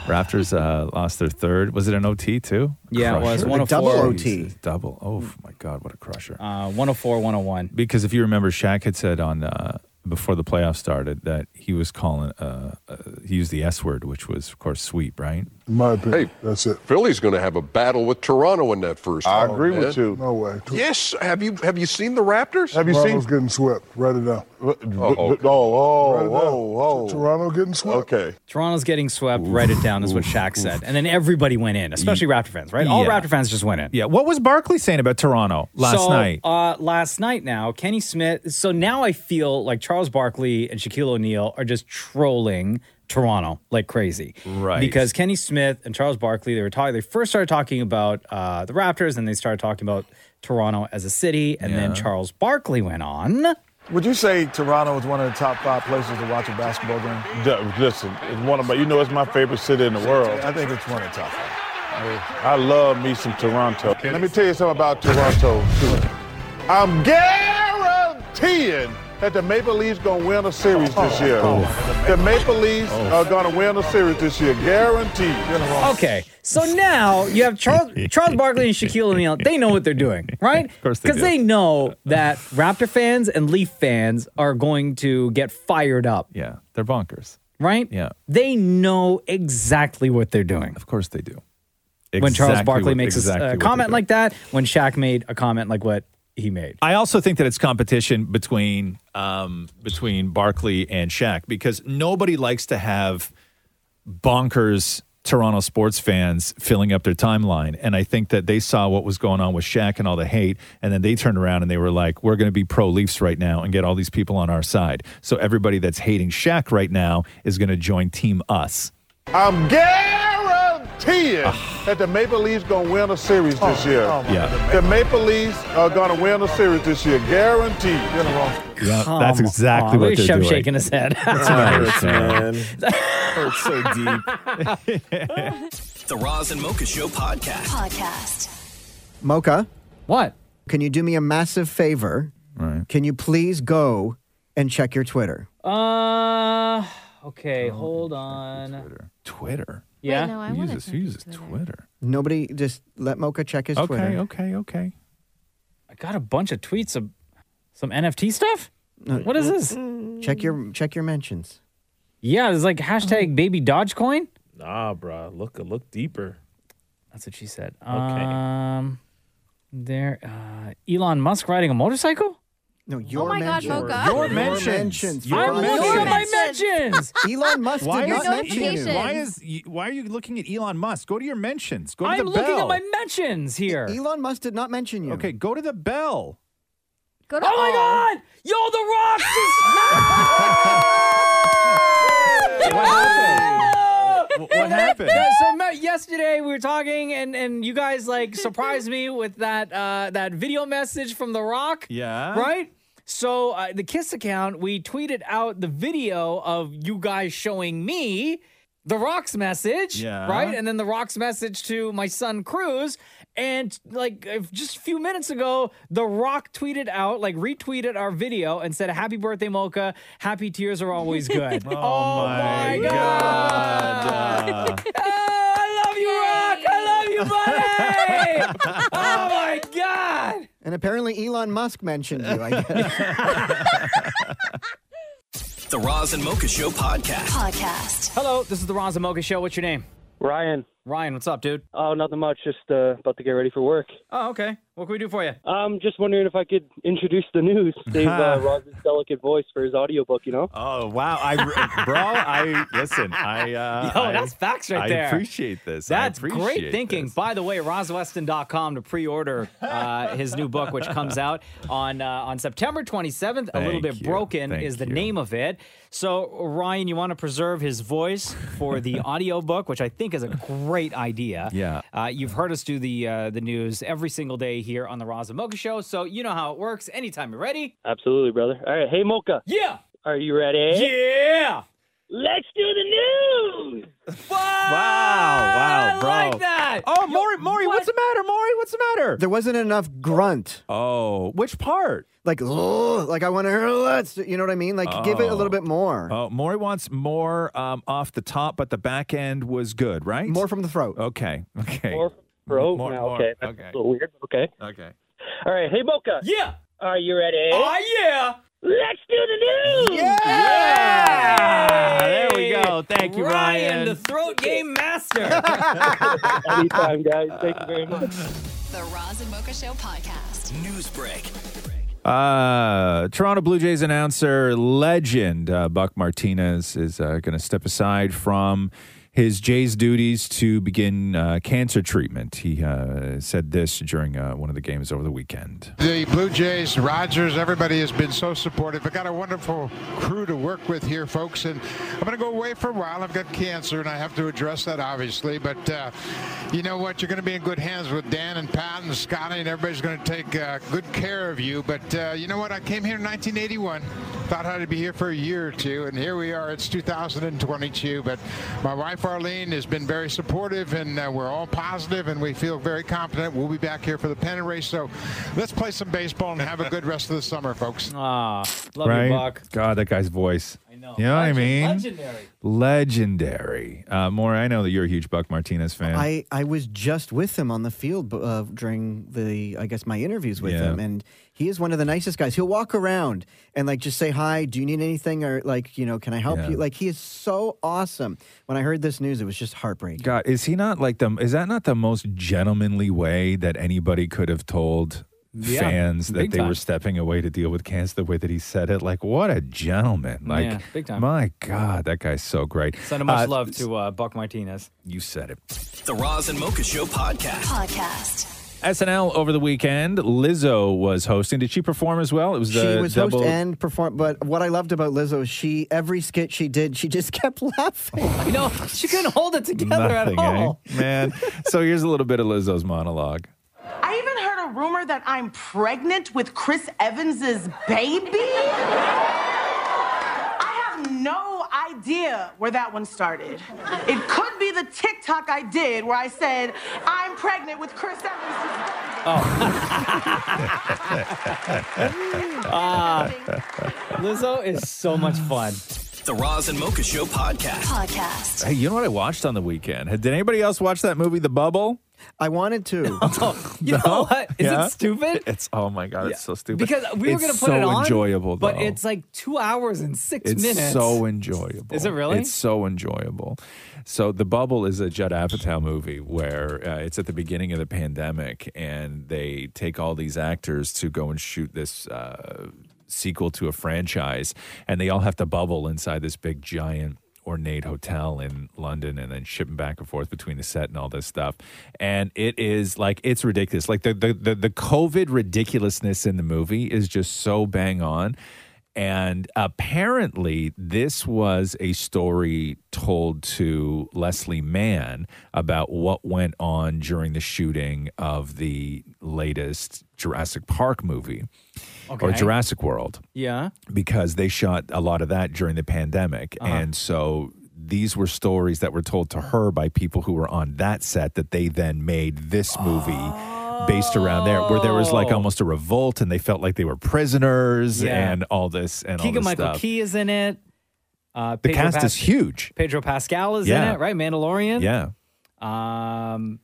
Raptors uh lost their third. Was it an OT too? Yeah, it was. Crusher. 104. Double OT. Jesus, Double. Oh Mm. my god, what a crusher. Uh, 104, 101. Because if you remember, Shaq had said on uh, before the playoffs started that he was calling, uh, uh, he used the S word, which was, of course, sweep, right? In my opinion, that's it. Philly's going to have a battle with Toronto in that first. I round, agree with man. you. No way. Yes, have you have you seen the Raptors? Have you Toronto's getting swept. Write it down. Oh, okay. oh, Write it down. oh. Toronto getting swept. Okay. Toronto's getting swept. Write it down, is what Shaq said. And then everybody went in, especially Raptor fans, right? All Yeah. Raptor fans just went in. Yeah. What was Barkley saying about Toronto last So, night? Uh, last night now, Kenny Smith. So now I feel like Charles Barkley and Shaquille O'Neal are just trolling Toronto like crazy. Right. Because Kenny Smith and Charles Barkley, they were talking, they first started talking about uh, the Raptors and they started talking about Toronto as a city. And then Yeah. Charles Barkley went on. Would you say Toronto is one of the top five places to watch a basketball game? D- Listen, it's one of my. You know, it's my favorite city in the world. I think it's one of the top. Five. I love me some Toronto. Let me tell you something about Toronto. too. I'm guaranteeing that the Maple Leafs gonna win a series Oh, this year. The Maple Leafs are gonna win a series this year, guaranteed. Okay, so now you have Charles Charles Barkley and Shaquille O'Neal. They know what they're doing, right? Of course, they because do. they know that Raptor fans and Leaf fans are going to get fired up. Yeah, they're bonkers, right? Yeah. they know exactly what they're doing. Of course, they do. when Charles Exactly Barkley what- makes a s- exactly a, what comment they're like that, when Shaq made a comment like what he made. I also think that it's competition between um, between Barkley and Shaq because nobody likes to have bonkers Toronto sports fans filling up their timeline. And I think that they saw what was going on with Shaq and all the hate, and then they turned around and they were like, "We're going to be pro Leafs right now and get all these people on our side." So everybody that's hating Shaq right now is going to join Team Us. I'm guaranteeing that the Maple Leafs gonna win a series this Oh, year. Yeah. The Maple Leafs are gonna win a series this year, guaranteed. Yeah, that's exactly on. what Look at they're Shep doing. shaking his head. That's right, man. Hurts so deep. The Roz and Mocha Show podcast. Podcast. Mocha. What? Can you do me a massive favor? Right. Can you please go and check your Twitter? Uh, Oh, okay, hold on. Twitter. Yeah. Wait, no, I Who wanna uses, who uses Twitter? Nobody, just let Mocha check his Okay, Twitter. okay, okay. I got a bunch of tweets of some NFT stuff. What is this? Check your check your mentions. Yeah, there's like hashtag baby Dogecoin. Nah, bruh. Look, look deeper. That's what she said. Okay. Um, there, uh, Elon Musk riding a motorcycle. No, your my God, mentions. Mocha. Your, Your mentions. mentions. Your I'm looking mentions. at my mentions. Elon Musk Why did is, not mention you. Elon- why is why are you looking at Elon Musk? Go to your mentions. Go to I'm the looking bell. at my mentions here. E, Elon Musk did not mention you. Okay, go to the bell. oh my God! Yo, The Rock just. what happened? What happened? Yeah, so Ma- yesterday we were talking, and and you guys like surprised me with that uh, that video message from The Rock. Yeah. Right? So, uh, the Kiss account, we tweeted out the video of you guys showing me The Rock's message, Yeah. right? And then The Rock's message to my son Cruz. And like if- just a few minutes ago, The Rock tweeted out, like retweeted our video and said, Happy birthday, Mocha. Happy tears are always good. oh, my God. I love you, Rock. I love you, buddy. oh my God. And apparently Elon Musk mentioned you. I guess. The Roz and Mocha Show podcast. Podcast. Hello, this is the Ron Mocha Show. What's your name? Ryan. Ryan, what's up, dude? Oh, nothing much. Just uh, about to get ready for work. Oh, okay. What can we do for you? I'm just wondering if I could introduce the news. Save uh, Roz's delicate voice for his audiobook, you know? Oh wow! I bro, I listen. I uh, Yo, I- that's facts right I there. appreciate this. I That's great appreciate thinking. By the way, RozWeston.com to pre-order uh, his new book, which comes out on uh, on September 27th. a little Thank bit you. broken Thank is the name of it. So, Ryan, you want to preserve his voice for the audiobook, which I think is a great idea. Yeah. Uh, you've heard us do the uh, the news every single day here on the Roz and Mocha Show, so you know how it works. Anytime you're ready. Absolutely, brother. All right. Hey, Mocha. Yeah. Are you ready? Yeah. Let's do the news. Wow! Wow, bro. that. Oh, Maury, Maury, what's the matter, Maury? What's the matter? There wasn't enough grunt. Oh, which part? Like, "Oh," like I want to hear let's. You know what I mean? Like, give it a little Oh. bit more. Oh, Maury wants more um, off the top, but the back end was good, right? More from the throat. Okay. Okay. More from the throat. More- Now, more. okay. That's Okay. a little weird. but Okay. Okay. All right. Hey, Mocha. Yeah. Oh, Are you ready? yeah. Let's do the news! Yeah! there we go. Thank you, Ryan. the throat game master. Anytime, guys. Thank you very much. The Roz and Mocha Show podcast. News break. Uh, Toronto Blue Jays announcer legend uh, Buck Martinez is uh, going to step aside from his Jays duties to begin uh, cancer treatment. He uh, said this during uh, one of the games over the weekend. The Blue Jays, Rogers, everybody has been so supportive. I got a wonderful crew to work with here, folks, and I'm going to go away for a while. I've got cancer, and I have to address that, obviously. But uh, you know what? You're going to be in good hands with Dan and Pat and Scotty, and everybody's going to take uh, good care of you. But uh, you know what? I came here in 1981, thought I'd be here for a year or two, and here we are. It's 2022. But my wife Arlene has been very supportive, and uh, we're all positive, and we feel very confident. We'll be back here for the pennant race. So let's play some baseball and have a good rest of the summer, folks. Ah, right? God, that guy's voice. I know. You know what I mean? Legendary. Legendary. Uh, Maura, I know that you're a huge Buck Martinez fan. I, I was just with him on the field uh, during the, I guess, my interviews with Yeah. him. And he is one of the nicest guys. He'll walk around and like just say, Hi, do you need anything? Or like, you know, can I help Yeah. you? Like, he is so awesome. When I heard this news, it was just heartbreaking. God, is he not like the? Is that not the most gentlemanly way that anybody could have told Yeah, fans that big they time. were stepping away to deal with cancer? The way that he said it, like what a gentleman! Like, Yeah, big time. My God, that guy's so great. Send a much Uh, love to uh, Buck Martinez. You said it. The Roz and Mocha Show podcast. Podcast. SNL over the weekend, Lizzo was hosting. Did she perform as well? It was the she was double. host and perform, but what I loved about Lizzo is she every skit she did, she just kept laughing. You know, she couldn't hold it together Nothing, at eh? all. man. so here's a little bit of Lizzo's monologue. I even heard a rumor that I'm pregnant with Chris Evans's baby. I have no idea where that one started. It could be the TikTok I did where I said, I'm pregnant with Chris Evans's baby. Oh. Ah, Lizzo is so much fun. The Roz and Mocha Show podcast. Podcast. Hey, you know what I watched on the weekend? Did anybody else watch that movie, The Bubble? Oh, I wanted to. you know what? Is it stupid? It's oh my god, it's so stupid. Because we were It's going to put so it on. enjoyable, But though. it's like two hours and six it's minutes. so enjoyable. Is it really? It's so enjoyable. So the bubble is a Judd Apatow movie where uh, it's at the beginning of the pandemic, and they take all these actors to go and shoot this. Uh, sequel to a franchise and they all have to bubble inside this big giant ornate hotel in London and then ship them back and forth between the set and all this stuff. And it is like it's ridiculous. Like the the the, the COVID ridiculousness in the movie is just so bang on. And apparently, this was a story told to Leslie Mann about what went on during the shooting of the latest Jurassic Park movie or Okay. Jurassic World Yeah. because they shot a lot of that during the pandemic. Uh-huh. And so these were stories that were told to her by people who were on that set that they then made this movie. Based around there, where there was like almost a revolt, and they felt like they were prisoners, Oh. Yeah. and all this, and all Keegan this Michael stuff. Key is in it. Uh, the Pedro cast is Pas- huge. Pedro Pascal is in Yeah. it, right? Mandalorian. Yeah, Um.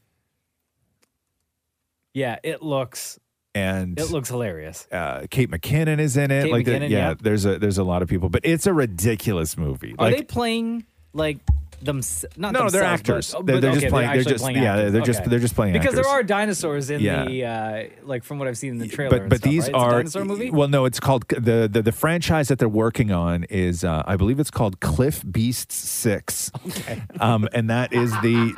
Yeah, it looks and it looks hilarious. uh, Kate McKinnon is in it. Kate like, the- McKinnon, yeah, yeah. there's a there's a lot of people, but it's a ridiculous movie. Are like, they playing like them? Not No, they're themselves, actors. but- oh, They're- they're just okay, playing- they're actually just- playing yeah, actors. they're just- Okay. they're just playing because there actors. are dinosaurs in Yeah. the uh, like from what I've seen in the trailer. but and but stuff, these right? It's a are dinosaur movie. well no it's called the the, the franchise that they're working on is uh, I believe it's called Cliff Beasts Six, okay. um, and that is the,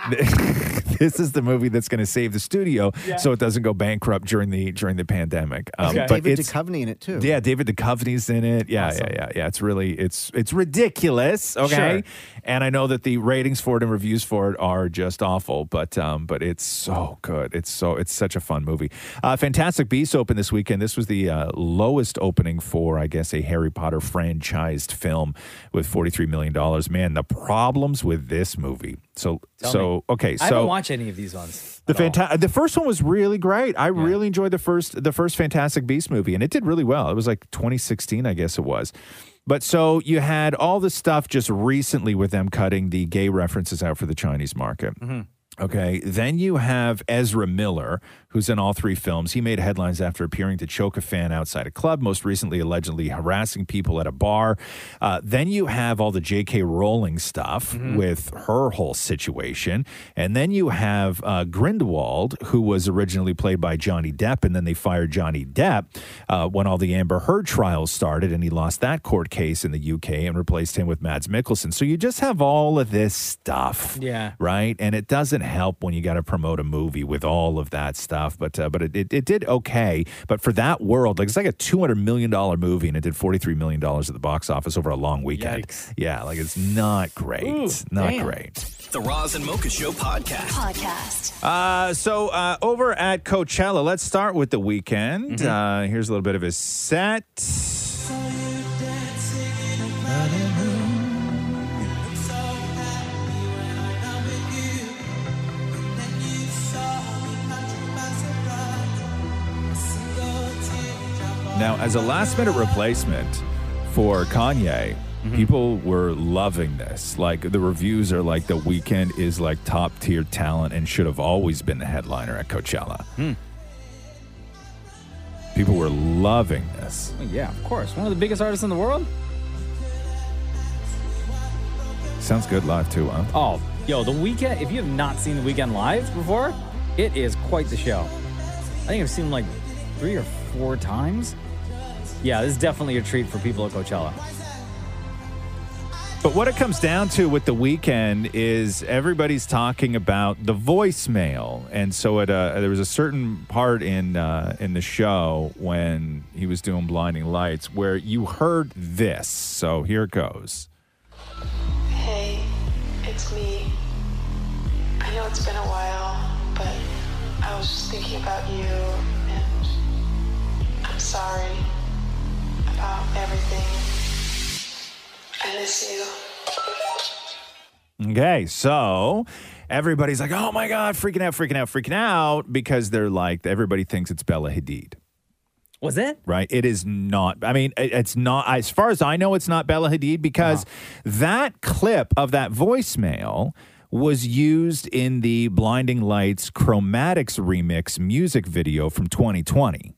this is the movie that's going to save the studio Yeah. so it doesn't go bankrupt during the during the pandemic. Um, but David it's- Duchovny in it too. Yeah, David Duchovny's in it. Yeah, Awesome. yeah, yeah, yeah. It's really it's it's ridiculous. Okay, Sure. and I know that the ratings for it and reviews for it are just awful, but um, but it's so good. It's so it's such a fun movie. Uh, Fantastic Beasts opened this weekend. This was the uh, lowest opening for I guess a Harry Potter franchised film with forty three million dollars. Man, the problems with this movie. So Tell so me. okay. I haven't So watched any of these ones. the fanta- the first one was really great. I really enjoyed the first the first Fantastic Beast movie, and it did really well. It was like 2016, I guess it was. But so you had all the stuff just recently with them cutting the gay references out for the Chinese market. Okay. Then you have Ezra Miller, who's in all three films. He made headlines after appearing to choke a fan outside a club, most recently allegedly harassing people at a bar. Uh, then you have all the J.K. Rowling stuff with her whole situation. And then you have uh, Grindelwald, who was originally played by Johnny Depp, and then they fired Johnny Depp uh, when all the Amber Heard trials started, and he lost that court case in the UK and replaced him with Mads Mikkelsen. So you just have all of this stuff Yeah. right? And it doesn't help when you got to promote a movie with all of that stuff. But uh, but it, it, it did okay. But for that world, like it's like a two hundred million dollar movie, and it did forty three million dollars at the box office over a long weekend. Yeah, like it's not great, Ooh, not damn. great. The Roz and Mocha Show podcast. Podcast. Uh, so uh, over at Coachella, let's start with the weekend. Mm-hmm. Uh, here's a little bit of his set. Now, as a last minute replacement for Kanye, people were loving this. Like, the reviews are like the weekend is like top tier talent and should have always been the headliner at Coachella. People were loving this. Well, Oh, yeah, of course. One of the biggest artists in the world. Sounds good live, too, huh? Oh, yo, the weekend. If you have not seen the weekend live before, it is quite the show. I think I've seen him like three or four times. Yeah, this is definitely a treat for people at Coachella. But what it comes down to with the weekend is everybody's talking about the voicemail, and so at uh there was a certain part in uh, in the show when he was doing blinding lights where you heard this. So here it goes. Hey, it's me. I know it's been a while, but I was just thinking about you, and I'm sorry about everything. I miss you. Okay, so everybody's like, "Oh my god, freaking out, freaking out, freaking out," because they're like, everybody thinks it's Bella Hadid. Was it? Right. It is not. I mean, it- it's not. As far as I know, it's not Bella Hadid because Uh-huh. that clip of that voicemail was used in the Blinding Lights Chromatics remix music video from 2020.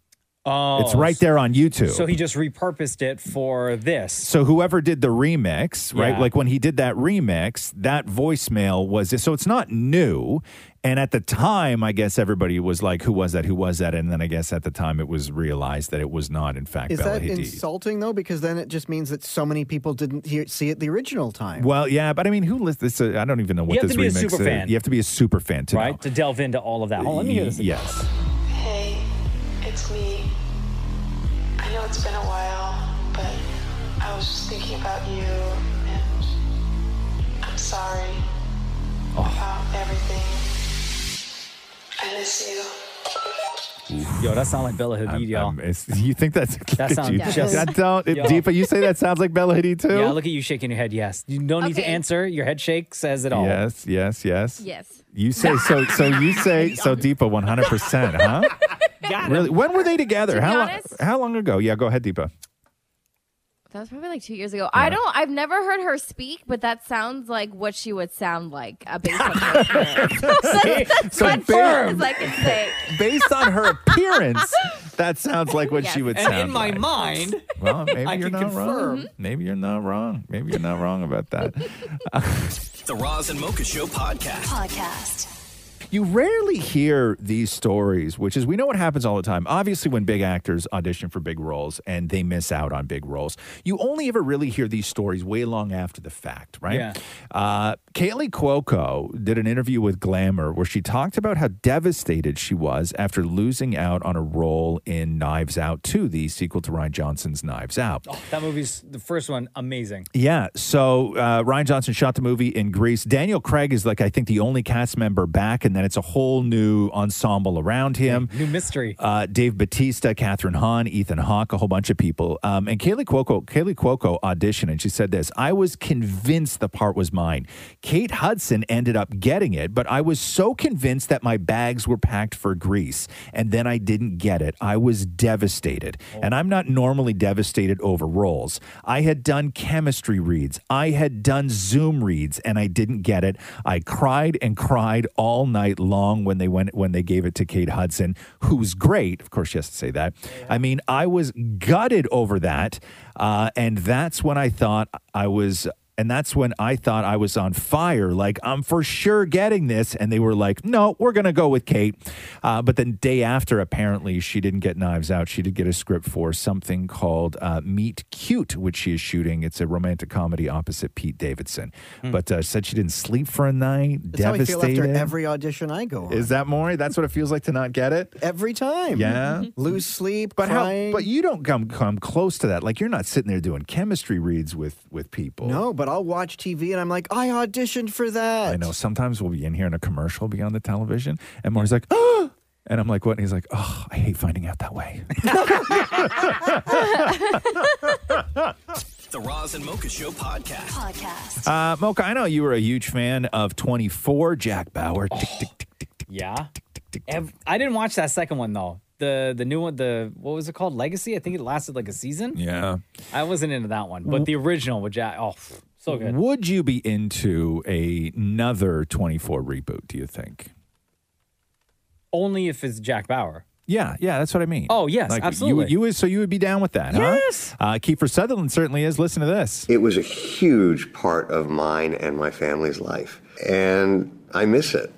Oh, It's right there on YouTube. So he just repurposed it for this. So whoever did the remix, right? Yeah. Like when he did that remix, that voicemail was so it's not new. And at the time, I guess everybody was like, "Who was that? Who was that?" And then I guess at the time it was realized that it was not, in fact, Is Bella that Hadid. insulting though? Because then it just means that so many people didn't hear, see it the original time. Well, yeah, but I mean, who lists this? Uh, I don't even know what You have this to be a remix super is. fan. You have to be a super fan to right? To delve into all of that. know. Hold on, let me hear this. again. Yes. Hey, it's me. I know it's been a while, but I was just thinking about you, and I'm sorry about everything. I miss you. Yo, that sounds like Bella Hadid, y'all. It's- you think that's That sounds you, just- that don't Yo. Deepa? You say that sounds like Bella Hadid too? Yeah, look at you shaking your head. Yes, you don't need to answer. Your head shake says it all. Yes, yes, yes. Yes. You say so. So you say so. Deepa, one hundred percent, huh? Really? When were they together? To be how long? honest- How long ago? Yeah, go ahead, Deepa. That was probably like two years ago. I don't. I've never heard her speak, but that sounds like what she would sound like uh, based on her appearance. that's, that's so as far as I can say. Based on her appearance, that sounds like what she Yes. would And sound. in my like. mind, well, maybe I you're can not confirm. wrong. Maybe you're not wrong. Maybe you're not wrong about that. The Roz and Mocha Show podcast. Podcast. You rarely hear these stories, which is we know what happens all the time. Obviously, when big actors audition for big roles and they miss out on big roles, you only ever really hear these stories way long after the fact, right? Yeah. Uh, Kaylee Cuoco did an interview with Glamour where she talked about how devastated she was after losing out on a role in Knives Out 2, the sequel to Ryan Johnson's Knives Out. Oh, That movie's the first one, amazing. Yeah. So uh, Ryan Johnson shot the movie in Greece. Daniel Craig is like, I think, the only cast member back, and then it's a whole new ensemble around him. New mystery. Uh, Dave Batista, Catherine Hahn, Ethan Hawke, a whole bunch of people. Um, and Kaylee Cuoco, Kaylee Cuoco auditioned, and she said this: "I was convinced the part was mine. Kate Hudson ended up getting it, but I was so convinced that my bags were packed for Greece, and then I didn't get it. I was devastated, and I'm not normally devastated over roles. I had done chemistry reads, I had done Zoom reads, and I didn't get it. I cried and cried all night long when they went when they gave it to Kate Hudson, who's great. Of course, she has to say that. I mean, I was gutted over that, uh, and that's when I thought I was. And that's when I thought I was on fire. Like, I'm for sure getting this. And they were like, no, we're going to go with Kate. Uh, but then, day after, apparently, she didn't get Knives Out. She did get a script for something called uh, Meet Cute, which she is shooting. It's a romantic comedy opposite Pete Davidson. But uh, said she didn't sleep for a night, Hmm. That's how I feel devastated. after every audition I go on. is that more? That's what it feels like to not get it? Every time. Yeah. Lose sleep, But crying. how? But you don't come come close to that. Like you're not sitting there doing chemistry reads with with people. no, but I'll watch TV and I'm like, I auditioned for that. I know. Sometimes we'll be in here and a commercial will be on the television, and Maury's like, oh. And I'm like, what? And he's like, oh, I hate finding out that way. The Roz and Mocha Show podcast. Podcast. Uh, Mocha, I know you were a huge fan of 24, Jack Bauer. Tick, tick, tick. Yeah. Ev- I didn't watch that second one though. The the new one, the what was it called? Legacy. I think it lasted like a season. Yeah. I wasn't into that one, but the original with Jack. Oh, pff, so good. Would you be into a- another 24 reboot, do you think? Only if it's Jack Bauer. Yeah, yeah, that's what I mean. Oh, yes, Like, you- absolutely. You, would so you would be down with that, yes. huh? Uh, Kiefer Sutherland certainly is. Listen to this. It was a huge part of mine and my family's life. And I miss it.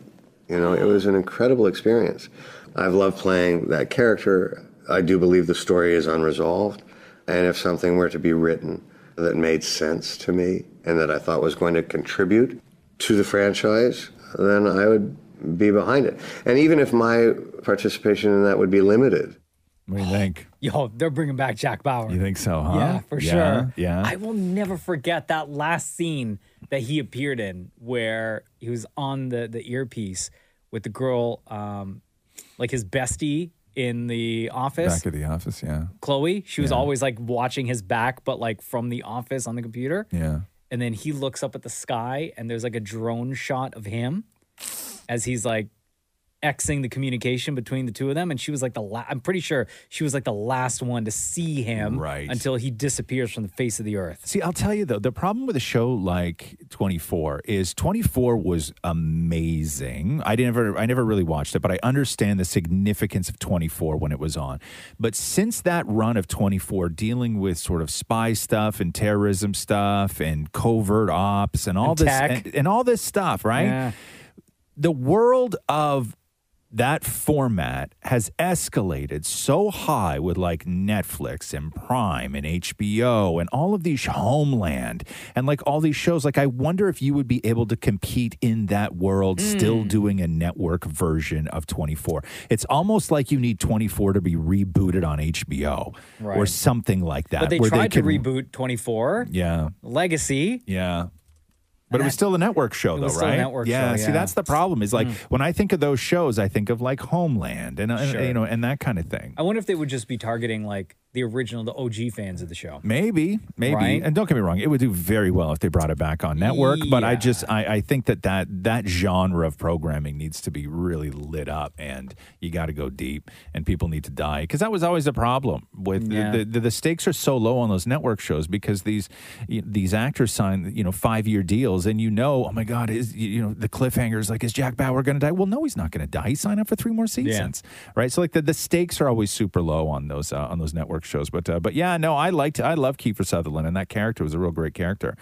You know, it was an incredible experience. I've loved playing that character. I do believe the story is unresolved. And if something were to be written that made sense to me and that I thought was going to contribute to the franchise, then I would be behind it. And even if my participation in that would be limited, What do you think? Yo, they're bringing back Jack Bauer. You think so, huh? Yeah, for Yeah, sure. yeah. I will never forget that last scene that he appeared in where he was on the, the earpiece with the girl, um, like his bestie in the office. Back at the office, yeah. Chloe, she was Yeah. always like watching his back, but like from the office on the computer. Yeah. And then he looks up at the sky and there's like a drone shot of him as he's like Xing the communication between the two of them. And she was like the la- I'm pretty sure she was like the last one to see him right. until he disappears from the face of the earth. See, I'll tell you though, the problem with a show like 24 is 24 was amazing. I didn't ever I never really watched it, but I understand the significance of 24 when it was on. But since that run of 24 dealing with sort of spy stuff and terrorism stuff and covert ops and all And this tech. and, and all this stuff, right? Yeah. the world of that format has escalated so high with like Netflix and Prime and HBO and all of these Homeland and like all these shows. Like, I wonder if you would be able to compete in that Hmm. world still doing a network version of 24. It's almost like you need 24 to be rebooted on HBO or Right. something like that. but they where tried to could- reboot 24. Yeah. Legacy. Yeah. But it was still a network show, It though, was still a right? network yeah, show, See, yeah. that's the problem. Is like Mm. when I think of those shows, I think of like Homeland and, and Sure. you know and that kind of thing. I wonder if they would just be targeting like the original, the OG fans of the show. Maybe, maybe. Right. And don't get me wrong, it would do very well if they brought it back on network. But I just I, I think that, that that genre of programming needs to be really lit up, and you got to go deep, and people need to die because that was always a problem with Yeah. the, the the stakes are so low on those network shows because these you know, these actors sign you know five year deals, and you know, oh my god, is you you know the cliffhanger is like is Jack Bauer going to die? Well, no, he's not going to die. He signed up for three more seasons, right? So like the, the stakes are always super low on those uh, on those network shows. But uh, but yeah, no, I liked I love Kiefer Sutherland, and that character was a real great character.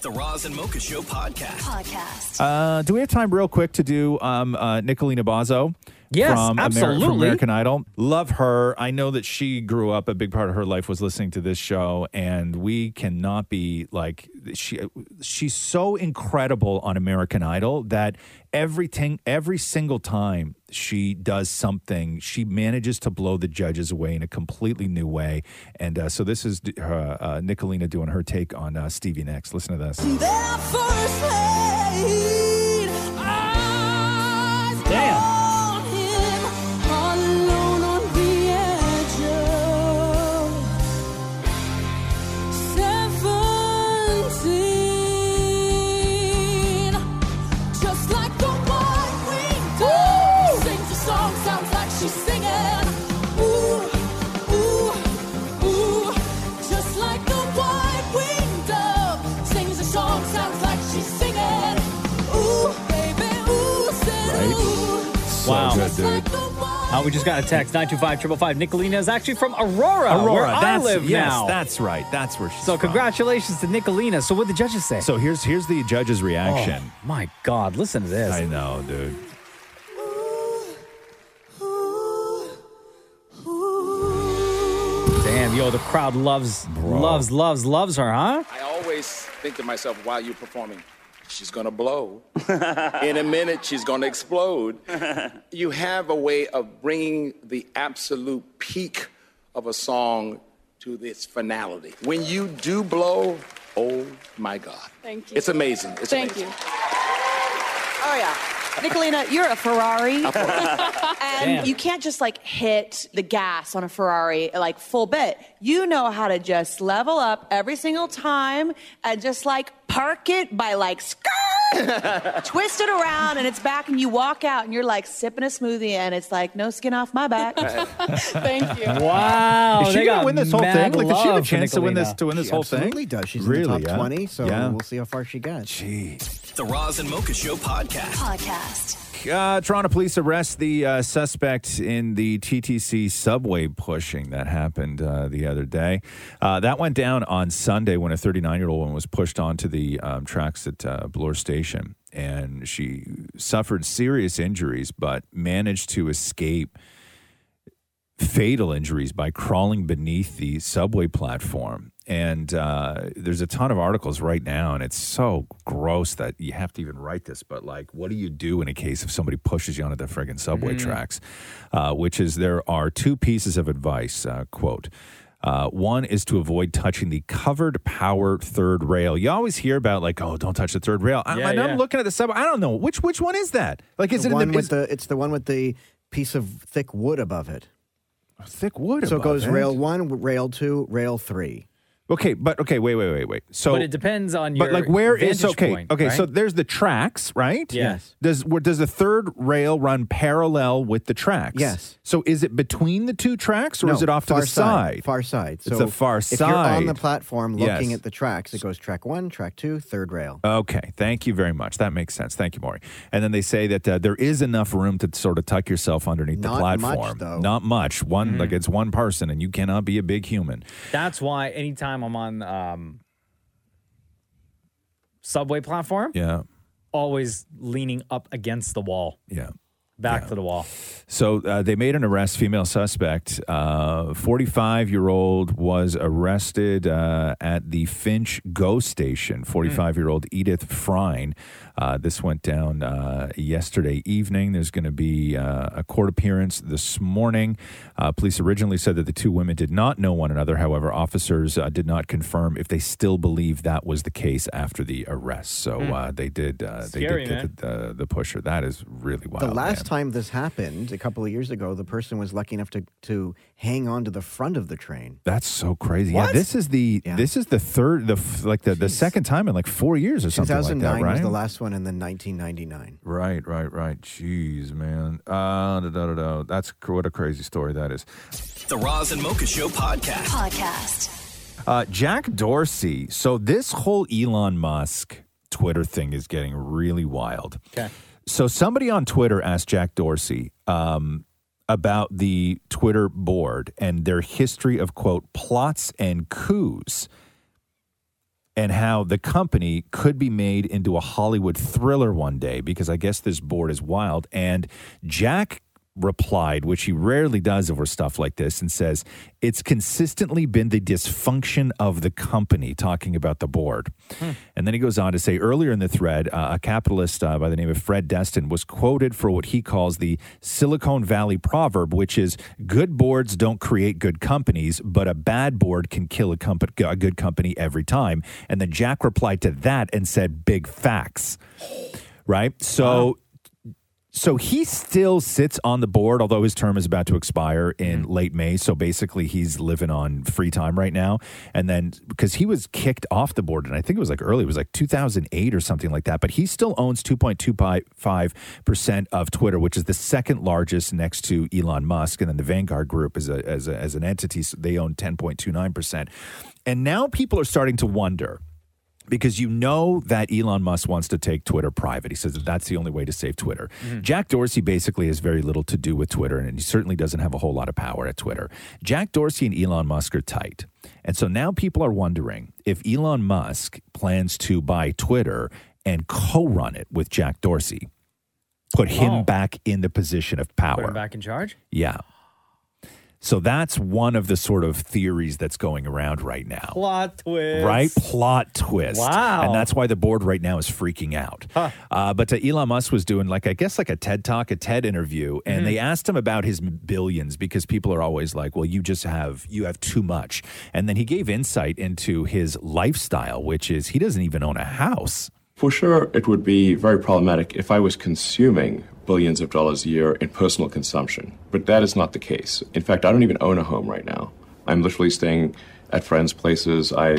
The Roz and Mocha Show podcast. Podcast. Uh, do we have time, real quick, to do um, uh, Nicolina Bazo? Yes, from Ameri- from absolutely. American Idol. Love her. I know that she grew up. A big part of her life was listening to this show, and we cannot be like she. She's so incredible on American Idol that everything, every single time she does something, she manages to blow the judges away in a completely new way. And uh, so this is uh, uh, Nicolina doing her take on uh, Stevie Nicks. Listen to this. Their first aid. Damn. Alone on the edge of seventeen. good, dude. Uh, we just got a text 925 555. Nicolina is actually from Aurora, Aurora, where I that's, live yes, now. that's right. That's where she's so, from. congratulations to Nicolina. So, what did the judges say? So here's here's the judge's reaction. Oh, my God, listen to this. I know, dude. Damn, yo, the crowd loves, loves, loves, loves her, huh? I always think to myself while you're performing, she's gonna blow. In a minute, she's gonna explode. You have a way of bringing the absolute peak of a song to its finality. When you do blow, oh my God. Thank It's amazing. It's Thank amazing. Oh yeah, Nicolina, you're a Ferrari, Of and course. you can't just like hit the gas on a Ferrari like full bit. You know how to just level up every single time and just like park it by like skirt, twist it around, and it's back. And you walk out, and you're like sipping a smoothie, and it's like no skin off my back. Thank you. Wow. Is she they gonna got win this whole mad thing? Like, does she have a love for chance to win this Nicolina. to win this She whole absolutely thing? does. She's in Really, the top yeah? 20, so Yeah. we'll see how far she gets. Jeez. The Roz and Mocha Show podcast. Podcast. Uh, Toronto police arrest the uh, suspect in the TTC subway pushing that happened uh, the other day. Uh, that went down on Sunday when a 39 year old woman was pushed onto the um, tracks at uh, Bloor Station, and she suffered serious injuries, but managed to escape fatal injuries by crawling beneath the subway platform. And uh, there's a ton of articles right now, and it's so gross that you have to even write this. But like, what do you do in a case if somebody pushes you onto the friggin' subway Mm. Mm-hmm. tracks? Uh, which is there are two pieces of advice. Uh, quote. Uh, one is to avoid touching the covered power third rail. You always hear about like, oh, don't touch the third rail. I, Yeah, and I'm yeah. looking at the subway. I don't know which which one is that. Like, is the it in one the, with is- the? It's the one with the piece of thick wood above it. thick wood. So above it goes it? rail one, rail two, rail three. Okay, but okay, wait, wait, wait, wait. So but it depends on your. but like where is vantage okay point, okay right? so there's the tracks right Yes. does where does the third rail run parallel with the tracks Yes. so is it between the two tracks or is No, it off to far the side, Far side. it's the far if side you're on the platform looking Yes. at the tracks, it goes track one, track two, third rail. Okay, thank you very much. That makes sense. Thank you, Maury. And then they say that uh, there is enough room to sort of tuck yourself underneath the Not much, platform. though. Mm. Not much. One like it's one person, and you cannot be a big human. That's why anytime I'm on um, subway platform, Yeah. always leaning up against the wall. Yeah. Back to the wall. So uh, they made an arrest. Female suspect, uh, forty-five-year-old, was arrested uh, at the Finch Go Hmm. Station. Forty-five-year-old Edith Frine. Uh, this went down uh, yesterday evening. There's going to be uh, a court appearance this morning. Uh, police originally said that the two women did not know one another. However, officers uh, did not confirm if they still believe that was the case after the arrest. So Hmm. uh, they did. Uh, they Scary, did get man. the, the, the pusher. That is really wild. the last man. time this happened, a couple of years ago, the person was lucky enough to, to hang on to the front of the train. That's so crazy. Yeah, What? this is the this is the third the f- like the, the second time in like four years or something like 2009 that, right? was the last one, and then 1999. Right, right, right. Jeez, man. Uh, da, da, da, da. That's cr- what a crazy story that is. The Roz and Mocha Show podcast. Podcast. Uh, Jack Dorsey. So this whole Elon Musk Twitter thing is getting really wild. Okay. So somebody on Twitter asked Jack Dorsey um, about the Twitter board and their history of quote plots and coups. and how the company could be made into a Hollywood thriller one day because I guess this board is wild. And Jack replied, which he rarely does over stuff like this, and says, It's consistently been the dysfunction of the company, talking about the board. And then he goes on to say earlier in the thread, uh, a capitalist uh, by the name of Fred Destin was quoted for what he calls the Silicon Valley proverb, which is good boards don't create good companies, but a bad board can kill a, compa- a good company every time. And then Jack replied to that and said, big facts. Right? So. So he still sits on the board, although his term is about to expire in late May. So basically, he's living on free time right now. And then because he was kicked off the board, and I think it was like early, it was like 2008 or something like that. But he still owns 2.25% of Twitter, which is the second largest next to Elon Musk. And then the Vanguard Group is a, as, a, as an entity, so they own 10.29%. And now people are starting to wonder because you know that Elon Musk wants to take Twitter private. He says that that's the only way to save Twitter. Mm-hmm. Jack Dorsey basically has very little to do with Twitter, and he certainly doesn't have a whole lot of power at Twitter. Jack Dorsey and Elon Musk are tight. And so now people are wondering if Elon Musk plans to buy Twitter and co run it with Jack Dorsey, put him Oh. back in the position of Put power. him back in charge. Yeah. So that's one of the sort of theories that's going around right now. Plot twist. Right? Plot twist. Wow. And that's why the board right now is freaking out. Uh, but uh, Elon Musk was doing, like, I guess, like a TED talk, a TED interview, and Mm-hmm. Mhm. they asked him about his billions because people are always like, well, you just have, you have too much. And then he gave insight into his lifestyle, which is he doesn't even own a house. For sure, it would be very problematic if I was consuming billions of dollars a year in personal consumption, but that is not the case. In fact, I don't even own a home right now. I'm literally staying at friends' places. I,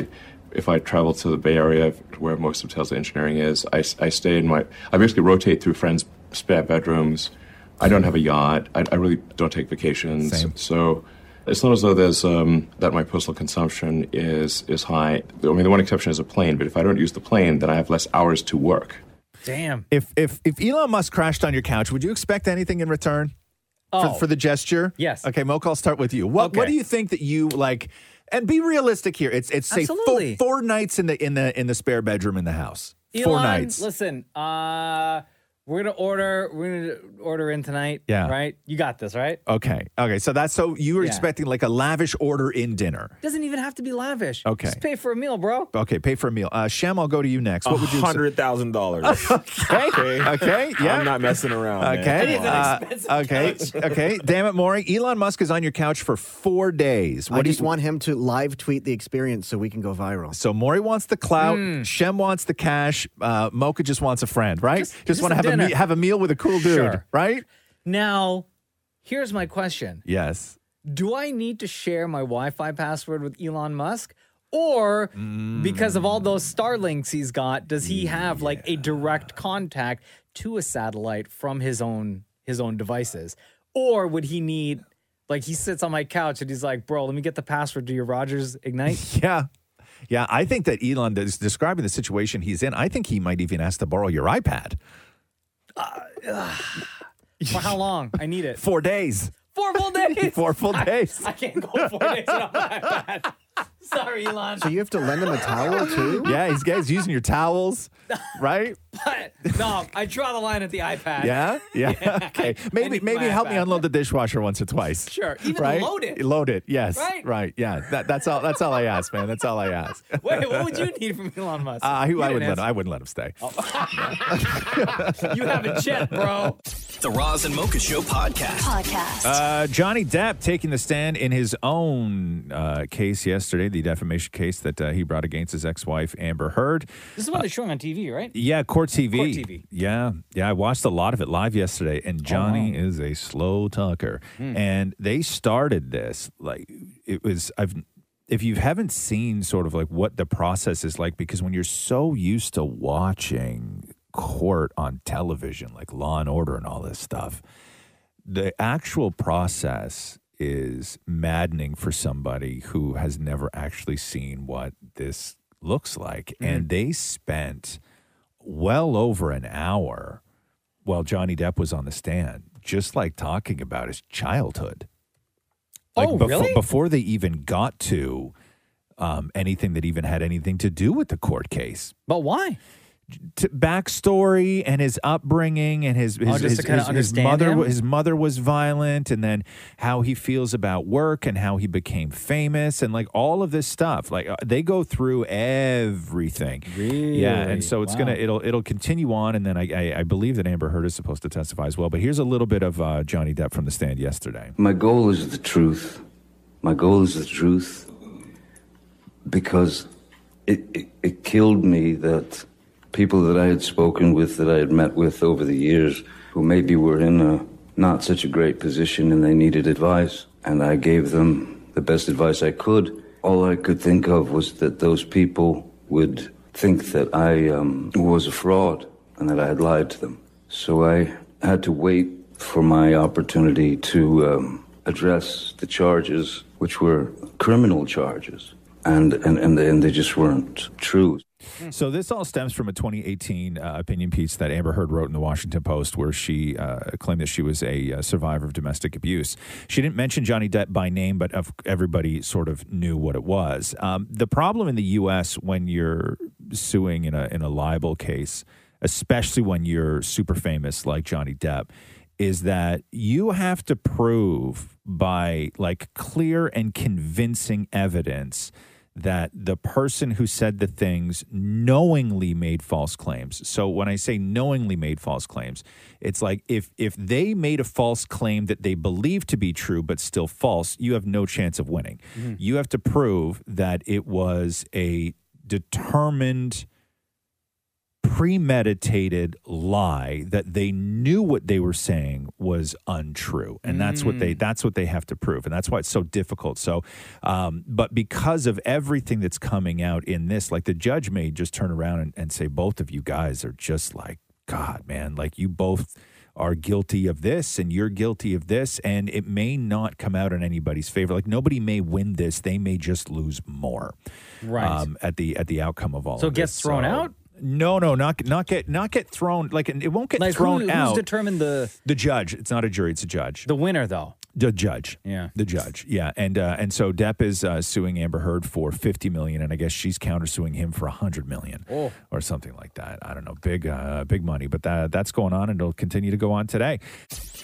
if I travel to the Bay Area, where most of Tesla engineering is, I, I stay in my. I basically rotate through friends' spare bedrooms. I don't have a yacht. I, I really don't take vacations. Same. So it's not as though there's um, that my personal consumption is is high. I mean, the one exception is a plane, but if I don't use the plane, then I have less hours to work. Damn. If, if, if Elon Musk crashed on your couch, would you expect anything in return? Oh. For, for the gesture? Yes. Okay, Moke, I'll start with you. What what Okay. do you think that you like and be realistic here. It's it's say four, Absolutely. four nights in the in the in the spare bedroom in the house. four Elon, nights. Listen, uh, we're gonna order. We're gonna order in tonight. Yeah. Right. You got this, right? Okay. Okay. So that's so you were Yeah. expecting like a lavish order in dinner. Doesn't even have to be lavish. Okay. Just pay for a meal, bro. Okay, pay for a meal. Uh Sham, I'll go to you next. What would you hundred thousand dollars? Okay. Okay. Yeah. I'm not messing around. man. Okay. Come on. uh, okay. okay. Damn it, Maury. Elon Musk is on your couch for four days. What I do just you want him to live tweet the experience so we can go viral. So Maury wants the clout. Hmm. Shem wants the cash. Uh, Mocha just wants a friend, right? Just, just want to a have a dinner. me- have a meal with a cool dude, Sure. right? Now, here's my question: Yes. Do I need to share my Wi-Fi password with Elon Musk? Or because of Mm. all those Starlinks he's got, does he have like a direct contact to a satellite from his own his own devices? Or would he need like he sits on my couch and he's like, "Bro, let me get the password to your Rogers Ignite." Yeah. Yeah, I think that Elon is describing the situation he's in. I think he might even ask to borrow your iPad. For how long? I need it. Four days. Four full days. Four full days. I, I can't go four days without my iPad. Sorry, Elon. you have to lend him a towel too? Yeah, he's, he's using your towels, right? no, I draw the line at the iPad. Yeah, yeah. Okay, maybe need maybe my help me iPad. unload the dishwasher once or twice. Sure. Even right? load it. Load it. Yes. Right. Right? Yeah. That, that's all. That's all I ask, man. That's all I ask. Wait, what would you need from Elon Musk? Uh, I, I You wouldn't didn't Oh. let. Him, I answer. wouldn't let him stay. you have a jet, bro. The Roz and Mocha Show podcast. Podcast. Uh, Johnny Depp taking the stand in his own uh, case yesterday, the defamation case that uh, he brought against his ex-wife Amber Heard. Uh, This is what they're showing on TV, right? Yeah, Court TV. Court TV. Yeah, yeah. I watched a lot of it live yesterday, and Johnny is a slow talker. Hmm. And they started this like it was. I've if you haven't seen sort of like what the process is like, because when you're so used to watching court on television, like Law and Order and all this stuff, the actual process is maddening for somebody who has never actually seen what this looks like. Mm-hmm. And they spent well over an hour while Johnny Depp was on the stand, just like talking about his childhood. Like Oh, befo- really? Before they even got to um, anything that even had anything to do with the court case. But why? T- backstory and his upbringing and his his, Oh, just to his, kinda his- his understand mother him? his mother was violent and then how he feels about work and how he became famous and like all of this stuff like uh, they go through everything yeah Really? and so it's gonna Wow. it'll it'll continue on and then I, I I believe that Amber Heard is supposed to testify as well but here's a little bit of uh, Johnny Depp from the stand yesterday My goal is the truth. My goal is the truth because it, it, it killed me that people that I had spoken with, that I had met with over the years, who maybe were in a not such a great position and they needed advice. And I gave them the best advice I could. All I could think of was that those people would think that I um, was a fraud and that I had lied to them. So I had to wait for my opportunity to um, address the charges, which were criminal charges, and, and, and, they, and they just weren't true. So this all stems from a 2018 uh, opinion piece that Amber Heard wrote in the Washington Post, where she uh, claimed that she was a uh, survivor of domestic abuse. She didn't mention Johnny Depp by name, but of- everybody sort of knew what it was. Um, the problem in the U.S. when you're suing in a in a libel case, especially when you're super famous like Johnny Depp, is that you have to prove by like clear and convincing evidence that the person who said the things knowingly made false claims. So when I say knowingly made false claims, it's like if if they made a false claim that they believe to be true but still false, you have no chance of winning. Mhm. You have to prove that it was a determined premeditated lie that they knew what they were saying was untrue and that's what they that's what they have to prove and that's why it's so difficult so um, but because of everything that's coming out in this like the judge may just turn around and, and say both of you guys are just like god man like you both are guilty of this and you're guilty of this and it may not come out in anybody's favor like nobody may win this they may just lose more Right. um, at the at the outcome of all So of it gets this. thrown out? no no not not get not get thrown like it won't get Like, who- thrown who's out determined the the judge it's not a jury it's a judge the winner though the judge yeah the judge yeah and uh, and so depp is uh, suing amber heard for 50 million and i guess she's countersuing him for 100 million Oh. or something like that i don't know big uh, big money but that that's going on and it'll continue to go on today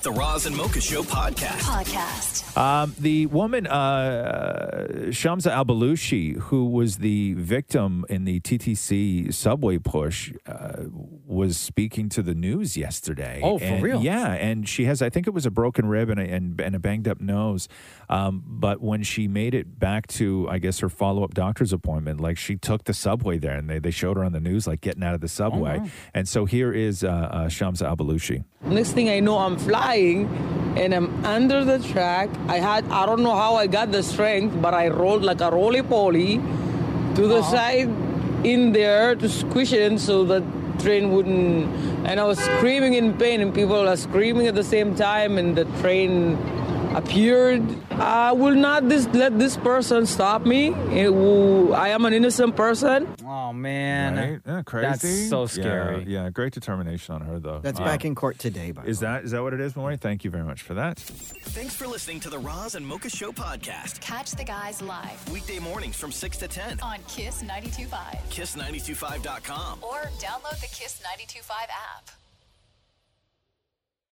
The Roz and Mocha Show podcast. Podcast. Um, the woman, uh, Shamsa Al Balushi, who was the victim in the TTC subway push, uh, was speaking to the news yesterday. Oh, for And- real? Yeah, and she has, I think it was a broken rib and a, and, and a banged up nose. Um, but when she made it back to, I guess, her follow up doctor's appointment, like she took the subway there and they, they showed her on the news, like getting Oh, out of the subway. And so here is uh, uh, Shamsa Al Balushi. Next thing I know, I'm flying and I'm under the track. I had, I don't know how I got the strength, but I rolled like a roly poly to the side in there to squish in so the train wouldn't. And I was screaming in pain, and people are screaming at the same time, and the train appeared. I will not this, let this person stop me. It will, I am an innocent person. Oh man, Right? Yeah, crazy. That's so Yeah, scary. Yeah, great determination on her though. That's back in court today. By is that is that what it is, Maury? Thank you very much for that. Thanks for listening to the Roz and Mocha Show podcast. Catch the guys live Weekday mornings from 6 to 10. on Kiss 92.5 Kiss925.com. or download the Kiss 92.5 app.